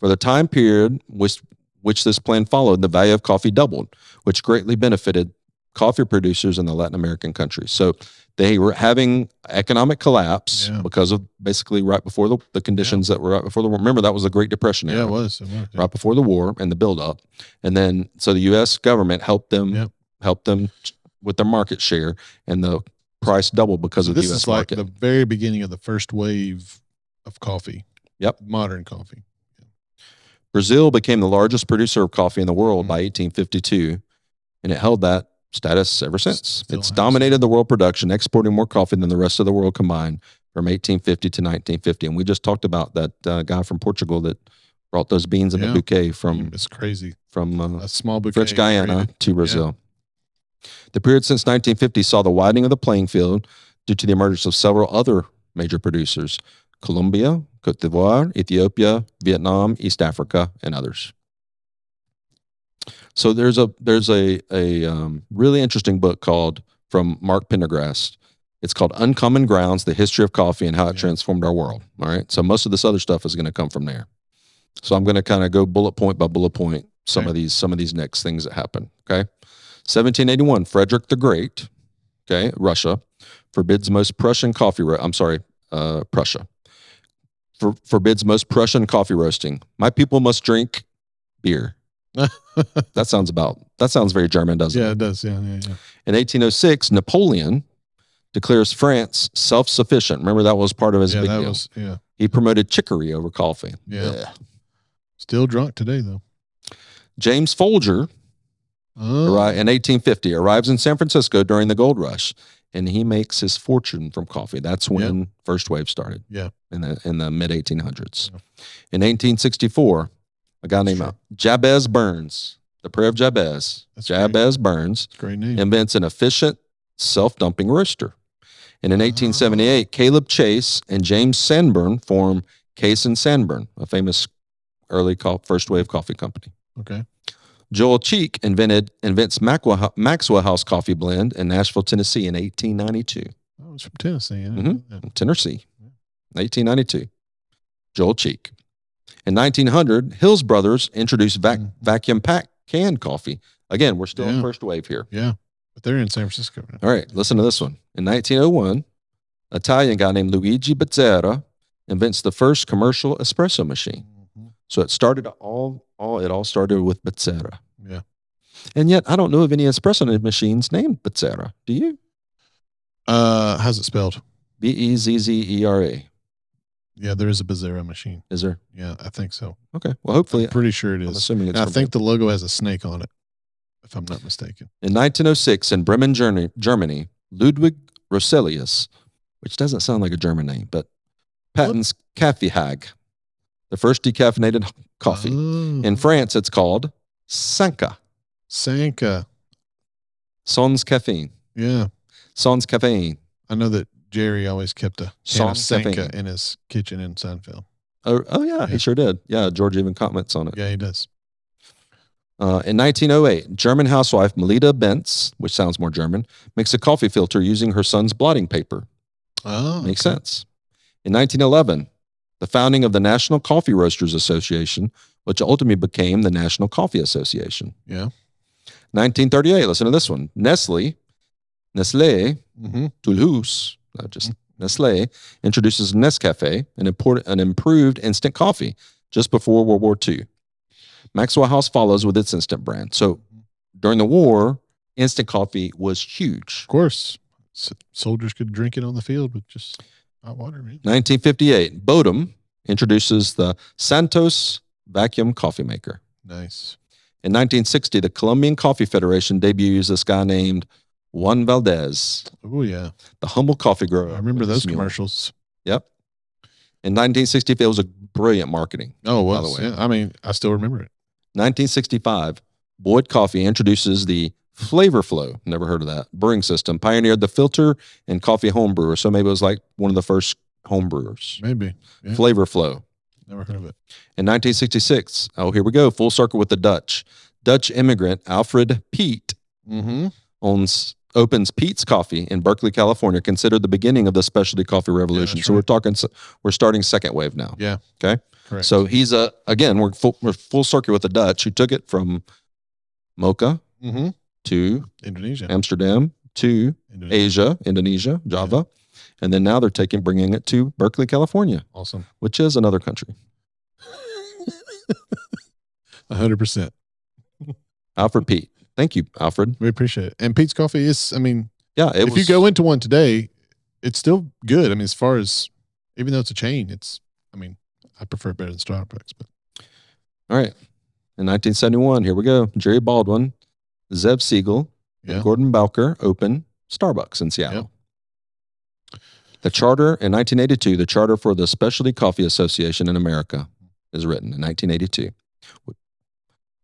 [SPEAKER 1] For the time period which, which this plan followed, the value of coffee doubled, which greatly benefited coffee producers in the Latin American countries. So they were having economic collapse
[SPEAKER 2] Yeah.
[SPEAKER 1] because of basically right before the, the conditions that were right before the war. Remember, that was the Great Depression
[SPEAKER 2] Yeah,
[SPEAKER 1] era
[SPEAKER 2] it was. It was. yeah.
[SPEAKER 1] right before the war and the buildup. And then, so the U.S. government helped them
[SPEAKER 2] Yep.
[SPEAKER 1] help them with their market share, and the price doubled because
[SPEAKER 2] So
[SPEAKER 1] of
[SPEAKER 2] this
[SPEAKER 1] the U.S.
[SPEAKER 2] is like
[SPEAKER 1] market.
[SPEAKER 2] the very beginning of the first wave of coffee.
[SPEAKER 1] Yep.
[SPEAKER 2] Modern coffee.
[SPEAKER 1] Brazil became the largest producer of coffee in the
[SPEAKER 2] Hmm.
[SPEAKER 1] world by 1852, and it held that status ever since.
[SPEAKER 2] Still
[SPEAKER 1] it's
[SPEAKER 2] has.
[SPEAKER 1] dominated the world production, exporting more coffee than the rest of the world combined from 1850 to 1950. And we just talked about that uh, guy from Portugal that brought those beans in
[SPEAKER 2] Yeah. Mm.
[SPEAKER 1] a bouquet
[SPEAKER 2] From
[SPEAKER 1] from
[SPEAKER 2] it's crazy.
[SPEAKER 1] from uh,
[SPEAKER 2] A small bouquet.
[SPEAKER 1] French Guyana
[SPEAKER 2] created-
[SPEAKER 1] to Brazil. The period since 1950 saw the widening of the playing field due to the emergence of several other major producers Colombia, Cote d'Ivoire, Ethiopia, Vietnam, East Africa, and others. So there's a there's a a um, really interesting book called from Mark Pendergrass. It's called Uncommon Grounds: The History of Coffee and How It
[SPEAKER 2] Yeah.
[SPEAKER 1] Transformed Our World. All right. So most of this other stuff is going to come from there. So I'm going to kind of go bullet point by bullet point some
[SPEAKER 2] Okay.
[SPEAKER 1] of these some of these next things that happen. Okay. 1781, Frederick the Great, okay, Russia, forbids most Prussian coffee. Ro- I'm sorry, uh, Prussia for- forbids most Prussian coffee roasting. My people must drink beer. that sounds about. That sounds very German, doesn't
[SPEAKER 2] Yeah,
[SPEAKER 1] it?
[SPEAKER 2] it does. Yeah, yeah, yeah.
[SPEAKER 1] In 1806, Napoleon declares France self-sufficient. Remember that was part of his
[SPEAKER 2] yeah,
[SPEAKER 1] big
[SPEAKER 2] that
[SPEAKER 1] deal.
[SPEAKER 2] was yeah.
[SPEAKER 1] he promoted chicory over coffee.
[SPEAKER 2] Yeah.
[SPEAKER 1] Ugh.
[SPEAKER 2] Still drunk today though.
[SPEAKER 1] James Folger
[SPEAKER 2] Oh,
[SPEAKER 1] arri- in 1850 arrives in San Francisco during the gold rush and he makes his fortune from coffee. That's when first wave started.
[SPEAKER 2] Yeah.
[SPEAKER 1] In the in the mid 1800s.
[SPEAKER 2] Yeah.
[SPEAKER 1] In 1864, a guy named uh,
[SPEAKER 2] true.
[SPEAKER 1] Jabez Burns, the prayer of Jabez,
[SPEAKER 2] That's great.
[SPEAKER 1] Jabez Burns
[SPEAKER 2] It's a great name.
[SPEAKER 1] invents an efficient self-dumping roaster. And in 1878,
[SPEAKER 2] Ah.
[SPEAKER 1] Caleb Chase and James Sanborn form Case and Sanborn, a famous early co- first wave coffee company.
[SPEAKER 2] Okay.
[SPEAKER 1] Joel Cheek invented invents Maxwell, Maxwell House coffee blend in Nashville, Tennessee in 1892.
[SPEAKER 2] Oh, it's from Tennessee. Yeah.
[SPEAKER 1] Mhm. Tennessee, 1892. Joel Cheek. In 1900, Hills Brothers introduced vac-
[SPEAKER 2] Mhm.
[SPEAKER 1] vacuum pack canned coffee. Again, we're still in
[SPEAKER 2] Yeah.
[SPEAKER 1] first wave here.
[SPEAKER 2] Yeah. But they're in San Francisco now.
[SPEAKER 1] All right, listen to this one. In 1901, Italian guy named Luigi Bezzera invents the first commercial espresso machine.
[SPEAKER 2] Mhm.
[SPEAKER 1] So it started all all it all started with Bezzera.
[SPEAKER 2] Yeah.
[SPEAKER 1] And yet, I don't know of any espresso machines named Bezzera. Do you?
[SPEAKER 2] Uh, how's it spelled?
[SPEAKER 1] B E Z Z E R A.
[SPEAKER 2] Yeah, there is a Bizarro machine.
[SPEAKER 1] Is there?
[SPEAKER 2] Yeah, I think so.
[SPEAKER 1] Okay. Well, hopefully,
[SPEAKER 2] Pretty sure it
[SPEAKER 1] I'm
[SPEAKER 2] is.
[SPEAKER 1] assuming it's.
[SPEAKER 2] And I
[SPEAKER 1] from-
[SPEAKER 2] think the logo has a snake on it, if I'm not mistaken.
[SPEAKER 1] in 1906 in Bremen, Germany, Germany, Ludwig Roselius, which doesn't sound like a German name, but patents Kaffeehag, the first decaffeinated coffee.
[SPEAKER 2] Oh,
[SPEAKER 1] In France, it's called Sanka,
[SPEAKER 2] Sanka.
[SPEAKER 1] sans caffeine,
[SPEAKER 2] Yeah.
[SPEAKER 1] sans caffeine.
[SPEAKER 2] I know that Jerry always kept a can of
[SPEAKER 1] Sans
[SPEAKER 2] Sanka
[SPEAKER 1] caffeine.
[SPEAKER 2] in his kitchen in Seinfeld.
[SPEAKER 1] Oh, oh yeah,
[SPEAKER 2] Yeah.
[SPEAKER 1] he sure did. Yeah, George even comments on it.
[SPEAKER 2] Yeah, he does.
[SPEAKER 1] Uh, in 1908, German housewife Melita Benz, which sounds more German, makes a coffee filter using her son's blotting paper.
[SPEAKER 2] Oh,
[SPEAKER 1] Makes
[SPEAKER 2] okay.
[SPEAKER 1] sense. In 1911, the founding of the National Coffee Roasters Association, which ultimately became the National Coffee Association.
[SPEAKER 2] Yeah.
[SPEAKER 1] 1938, listen to this one. Nestle, Nestle,
[SPEAKER 2] Mm-hmm.
[SPEAKER 1] Toulouse, not just Nestle, introduces Nescafe, an, import, an improved instant coffee, just before World War II. Maxwell House follows with its instant brand. So during the war, instant coffee was huge.
[SPEAKER 2] Of course, S- soldiers could drink it on the field with just hot water. Man.
[SPEAKER 1] 1958, Bodum introduces the Santos vacuum coffee maker.
[SPEAKER 2] Nice.
[SPEAKER 1] In 1960, the Colombian Coffee Federation debuts this guy named Juan Valdez,
[SPEAKER 2] Oh yeah,
[SPEAKER 1] the humble coffee grower.
[SPEAKER 2] I remember
[SPEAKER 1] with his
[SPEAKER 2] those
[SPEAKER 1] mule.
[SPEAKER 2] commercials.
[SPEAKER 1] Yep. In 1960, it was a brilliant marketing.
[SPEAKER 2] Oh,
[SPEAKER 1] By
[SPEAKER 2] well,
[SPEAKER 1] the way.
[SPEAKER 2] yeah, I mean, I still remember it.
[SPEAKER 1] 1965, Boyd Coffee introduces the Flavor Flow. Never heard of that brewing system. Pioneered the filter and coffee home brewer. So maybe it was like one of the first home brewers.
[SPEAKER 2] Maybe Yeah.
[SPEAKER 1] Flavor Flow.
[SPEAKER 2] never heard of it.
[SPEAKER 1] In 1966, oh, here we go, full circle with the Dutch. Dutch immigrant Alfred Peet
[SPEAKER 2] Mm-hmm.
[SPEAKER 1] owns opens Pete's Coffee in Berkeley, California, considered the beginning of the specialty coffee revolution.
[SPEAKER 2] that's
[SPEAKER 1] so we're
[SPEAKER 2] right.
[SPEAKER 1] talking, s- we're starting second wave now.
[SPEAKER 2] Yeah.
[SPEAKER 1] Okay.
[SPEAKER 2] Correct.
[SPEAKER 1] So he's a again, we're full, we're full circuit with the Dutch who took it from Mocha
[SPEAKER 2] hmm
[SPEAKER 1] to
[SPEAKER 2] Indonesia.
[SPEAKER 1] Amsterdam to
[SPEAKER 2] Indonesia.
[SPEAKER 1] Asia, Indonesia, Java, and then now they're taking bringing it to Berkeley, California,
[SPEAKER 2] Awesome.
[SPEAKER 1] which is another country.
[SPEAKER 2] hundred percent.
[SPEAKER 1] Alfred Pete. Thank you, Alfred.
[SPEAKER 2] We appreciate it. And Pete's Coffee is, I mean,
[SPEAKER 1] Yeah, it
[SPEAKER 2] if
[SPEAKER 1] was.
[SPEAKER 2] you go into one today, it's still good. I mean, as far as even though it's a chain, it's. I mean, I prefer it better than Starbucks, but
[SPEAKER 1] All right. In 1971, here we go. Jerry Baldwin, Zeb Siegel, and
[SPEAKER 2] Yeah.
[SPEAKER 1] Gordon Bowker open Starbucks in Seattle. The charter in 1982, the charter for the Specialty Coffee Association in America is written in 1982.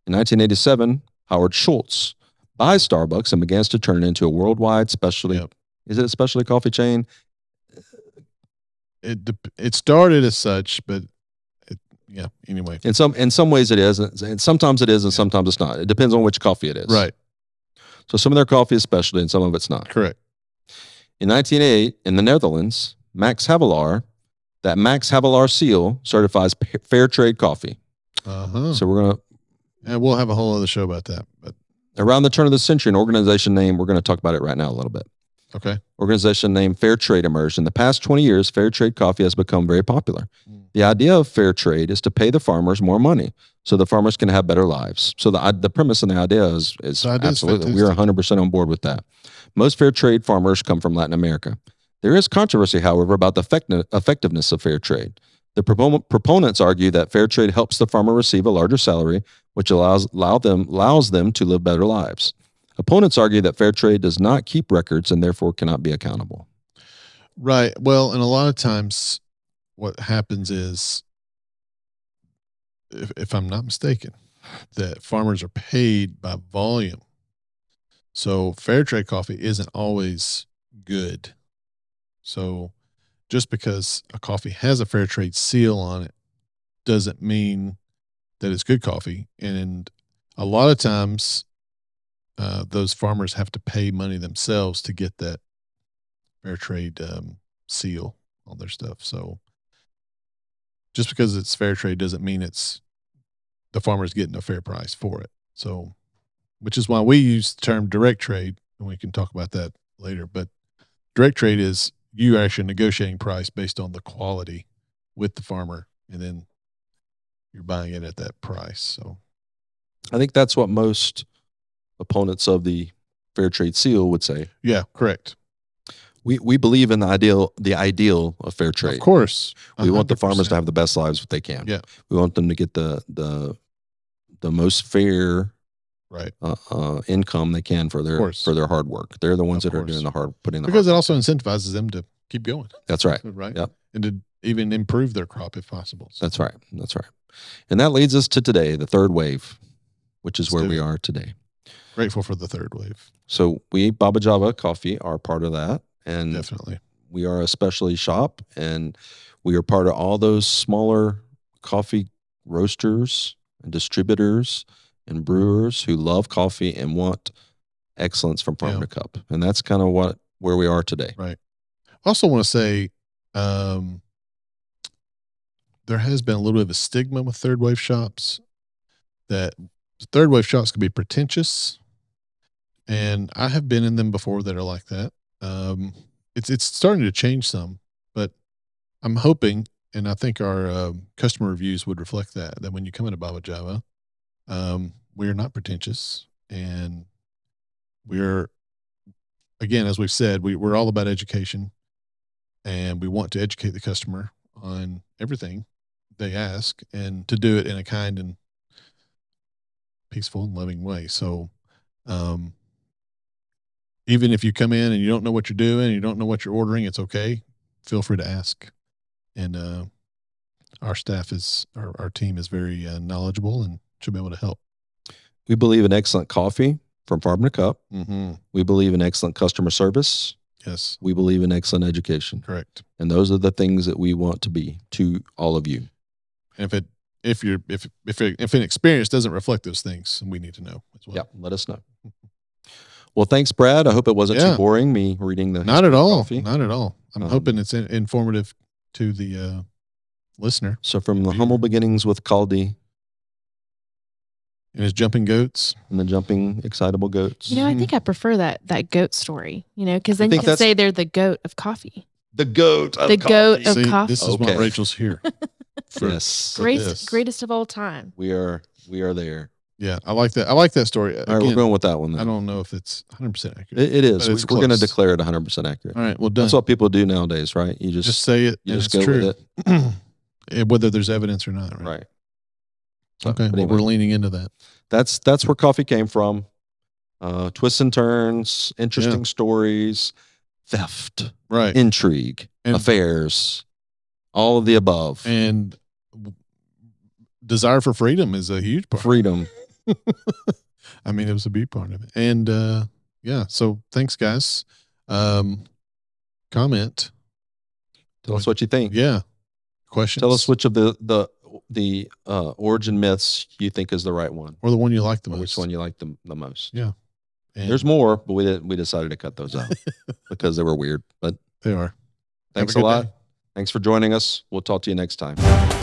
[SPEAKER 1] In 1987, Howard Schultz buys Starbucks and begins to turn it into a worldwide specialty.
[SPEAKER 2] Yep.
[SPEAKER 1] Is it a specialty coffee chain?
[SPEAKER 2] it dep- it started as such. But it, yeah, anyway,
[SPEAKER 1] In some in some ways it is, and sometimes it is, and
[SPEAKER 2] Yeah.
[SPEAKER 1] sometimes it's not. It depends on which coffee it is.
[SPEAKER 2] right,
[SPEAKER 1] So some of their coffee is specialty, and some of it's not.
[SPEAKER 2] correct.
[SPEAKER 1] In 1988, in the Netherlands, Max Havelaar, that Max Havelaar seal certifies p- fair trade coffee.
[SPEAKER 2] Uh huh.
[SPEAKER 1] So we're going to,
[SPEAKER 2] and we'll have a whole other show about that. But
[SPEAKER 1] around the turn of the century, an organization name, we're going to talk about it right now a little bit.
[SPEAKER 2] okay,
[SPEAKER 1] Organization named Fair Trade emerged. In the past 20 years, fair trade coffee has become very popular.
[SPEAKER 2] Mm.
[SPEAKER 1] The idea of fair trade is to pay the farmers more money so the farmers can have better lives. So the, the premise and the idea is, is
[SPEAKER 2] The idea is
[SPEAKER 1] absolutely, we are 100% on board with that. Most fair trade farmers come from Latin America. There is controversy, however, about the effecti- effectiveness of fair trade. The propon- proponents argue that fair trade helps the farmer receive a larger salary, which allows, allow them, allows them to live better lives. Opponents argue that fair trade does not keep records and therefore cannot be accountable.
[SPEAKER 2] right. Well, and a lot of times, what happens is, if if I'm not mistaken, that farmers are paid by volume. So fair trade coffee isn't always good. So just because a coffee has a fair trade seal on it doesn't mean that it's good coffee. And a lot of times, uh, those farmers have to pay money themselves to get that fair trade um, seal on their stuff. So just because it's fair trade doesn't mean it's the farmer's getting a fair price for it. So, which is why we use the term direct trade, and we can talk about that later. But direct trade is you actually negotiating price based on the quality with the farmer, and then you're buying it at that price. So,
[SPEAKER 1] I think that's what most opponents of the fair trade seal would say.
[SPEAKER 2] yeah, correct.
[SPEAKER 1] We, we believe in the ideal the ideal of fair trade.
[SPEAKER 2] Of course,
[SPEAKER 1] We want the
[SPEAKER 2] 100%.
[SPEAKER 1] farmers to have the best lives that they can.
[SPEAKER 2] Yeah.
[SPEAKER 1] We want them to get the the the most fair
[SPEAKER 2] right
[SPEAKER 1] uh, uh, income they can for their
[SPEAKER 2] course.
[SPEAKER 1] for their hard work. They're the ones
[SPEAKER 2] Of
[SPEAKER 1] that are doing
[SPEAKER 2] course.
[SPEAKER 1] the hard putting the
[SPEAKER 2] because
[SPEAKER 1] hard.
[SPEAKER 2] it also incentivizes them to keep going.
[SPEAKER 1] That's right.
[SPEAKER 2] right?
[SPEAKER 1] Yep.
[SPEAKER 2] And to even improve their crop if possible. So
[SPEAKER 1] That's right. That's right. And that leads us to today, the third wave, which is
[SPEAKER 2] Let's
[SPEAKER 1] where
[SPEAKER 2] do
[SPEAKER 1] we
[SPEAKER 2] it.
[SPEAKER 1] are today.
[SPEAKER 2] grateful for the third wave,
[SPEAKER 1] So we Baba Java Coffee are part of that, and
[SPEAKER 2] definitely.
[SPEAKER 1] we are a specialty shop and we are part of all those smaller coffee roasters and distributors and brewers who love coffee and want excellence from farm
[SPEAKER 2] Yeah.
[SPEAKER 1] to cup and that's kind of what where we are today
[SPEAKER 2] Also, want to say um, there has been a little bit of a stigma with third wave shops that third wave shops can be pretentious, and I have been in them before that are like that. Um, it's it's starting to change some, but I'm hoping, and I think our um customer reviews would reflect that that when you come into Baba Java, um, we are not pretentious and we're again, as we've said, we, we're all about education and we want to educate the customer on everything they ask and to do it in a kind and peaceful and loving way. So, um, even if you come in and you don't know what you're doing, you don't know what you're ordering, it's okay. Feel free to ask. And, uh, our staff is, our, our team is very uh, knowledgeable and should be able to help.
[SPEAKER 1] we believe in excellent coffee from farm to cup
[SPEAKER 2] Mm-hmm.
[SPEAKER 1] we believe in excellent customer service
[SPEAKER 2] Yes,
[SPEAKER 1] we believe in excellent education
[SPEAKER 2] correct.
[SPEAKER 1] and those are the things that we want to be to all of you
[SPEAKER 2] And if it if you're if if it, if an experience doesn't reflect those things, we need to know as well.
[SPEAKER 1] yeah let us know well thanks brad i hope it wasn't
[SPEAKER 2] Yeah.
[SPEAKER 1] too boring me reading the
[SPEAKER 2] Not at all.
[SPEAKER 1] Coffee.
[SPEAKER 2] Not at all. I'm
[SPEAKER 1] Um,
[SPEAKER 2] hoping it's in, informative to the uh, listener.
[SPEAKER 1] so from the humble beginnings with caldi
[SPEAKER 2] And his jumping goats.
[SPEAKER 1] and the jumping excitable goats.
[SPEAKER 3] You know, I
[SPEAKER 2] Mhm.
[SPEAKER 3] think I prefer that that goat story. You know, because
[SPEAKER 1] Mm-hmm. I
[SPEAKER 3] then you
[SPEAKER 1] think
[SPEAKER 3] can
[SPEAKER 1] that's-
[SPEAKER 3] say they're the goat of coffee.
[SPEAKER 1] The goat.
[SPEAKER 3] The goat
[SPEAKER 1] Oh,
[SPEAKER 3] of-
[SPEAKER 2] See,
[SPEAKER 3] coffee.
[SPEAKER 2] this is
[SPEAKER 1] Okay.
[SPEAKER 2] why Rachel's here.
[SPEAKER 1] yes.
[SPEAKER 2] Great.
[SPEAKER 3] Greatest,
[SPEAKER 2] Yes.
[SPEAKER 3] greatest of all time.
[SPEAKER 1] We are we are there.
[SPEAKER 2] Yeah, I like that. I like that story.
[SPEAKER 1] All right, we're
[SPEAKER 2] Again,
[SPEAKER 1] going with that one.
[SPEAKER 2] I
[SPEAKER 1] Then.
[SPEAKER 2] don't know if it's 100 percent accurate.
[SPEAKER 1] It, it is.
[SPEAKER 2] but it's
[SPEAKER 1] We, are going
[SPEAKER 2] close.
[SPEAKER 1] to declare it 100% accurate.
[SPEAKER 2] All right, well done.
[SPEAKER 1] That's what people do nowadays, right? You just,
[SPEAKER 2] just, say it.
[SPEAKER 1] you
[SPEAKER 2] and
[SPEAKER 1] just go
[SPEAKER 2] it's true.
[SPEAKER 1] with it,
[SPEAKER 2] Eh, Whether there's evidence or not, right?
[SPEAKER 1] right? So,
[SPEAKER 2] Okay,
[SPEAKER 1] but
[SPEAKER 2] well,
[SPEAKER 1] anyway.
[SPEAKER 2] we're leaning into that.
[SPEAKER 1] that's that's where coffee came from. Uh, twists and turns, interesting stories, theft,
[SPEAKER 2] Right.
[SPEAKER 1] intrigue,
[SPEAKER 2] And-
[SPEAKER 1] affairs, all of the above.
[SPEAKER 2] and w- desire for freedom is a huge part.
[SPEAKER 1] Freedom.
[SPEAKER 2] I mean, it was a big part of it. And uh, yeah, so thanks, guys. Um, comment.
[SPEAKER 1] Tell us what you think.
[SPEAKER 2] Yeah, questions.
[SPEAKER 1] Tell us which of the the the uh, origin myths you think is the right one,
[SPEAKER 2] or the one you like the
[SPEAKER 1] or
[SPEAKER 2] most.
[SPEAKER 1] which one you like the, the most.
[SPEAKER 2] And
[SPEAKER 1] There's more, but we didn't, we decided to cut those out because they were weird. But
[SPEAKER 2] They are. Have
[SPEAKER 1] thanks a
[SPEAKER 2] good
[SPEAKER 1] lot.
[SPEAKER 2] day.
[SPEAKER 1] Thanks for joining us. We'll talk to you next time.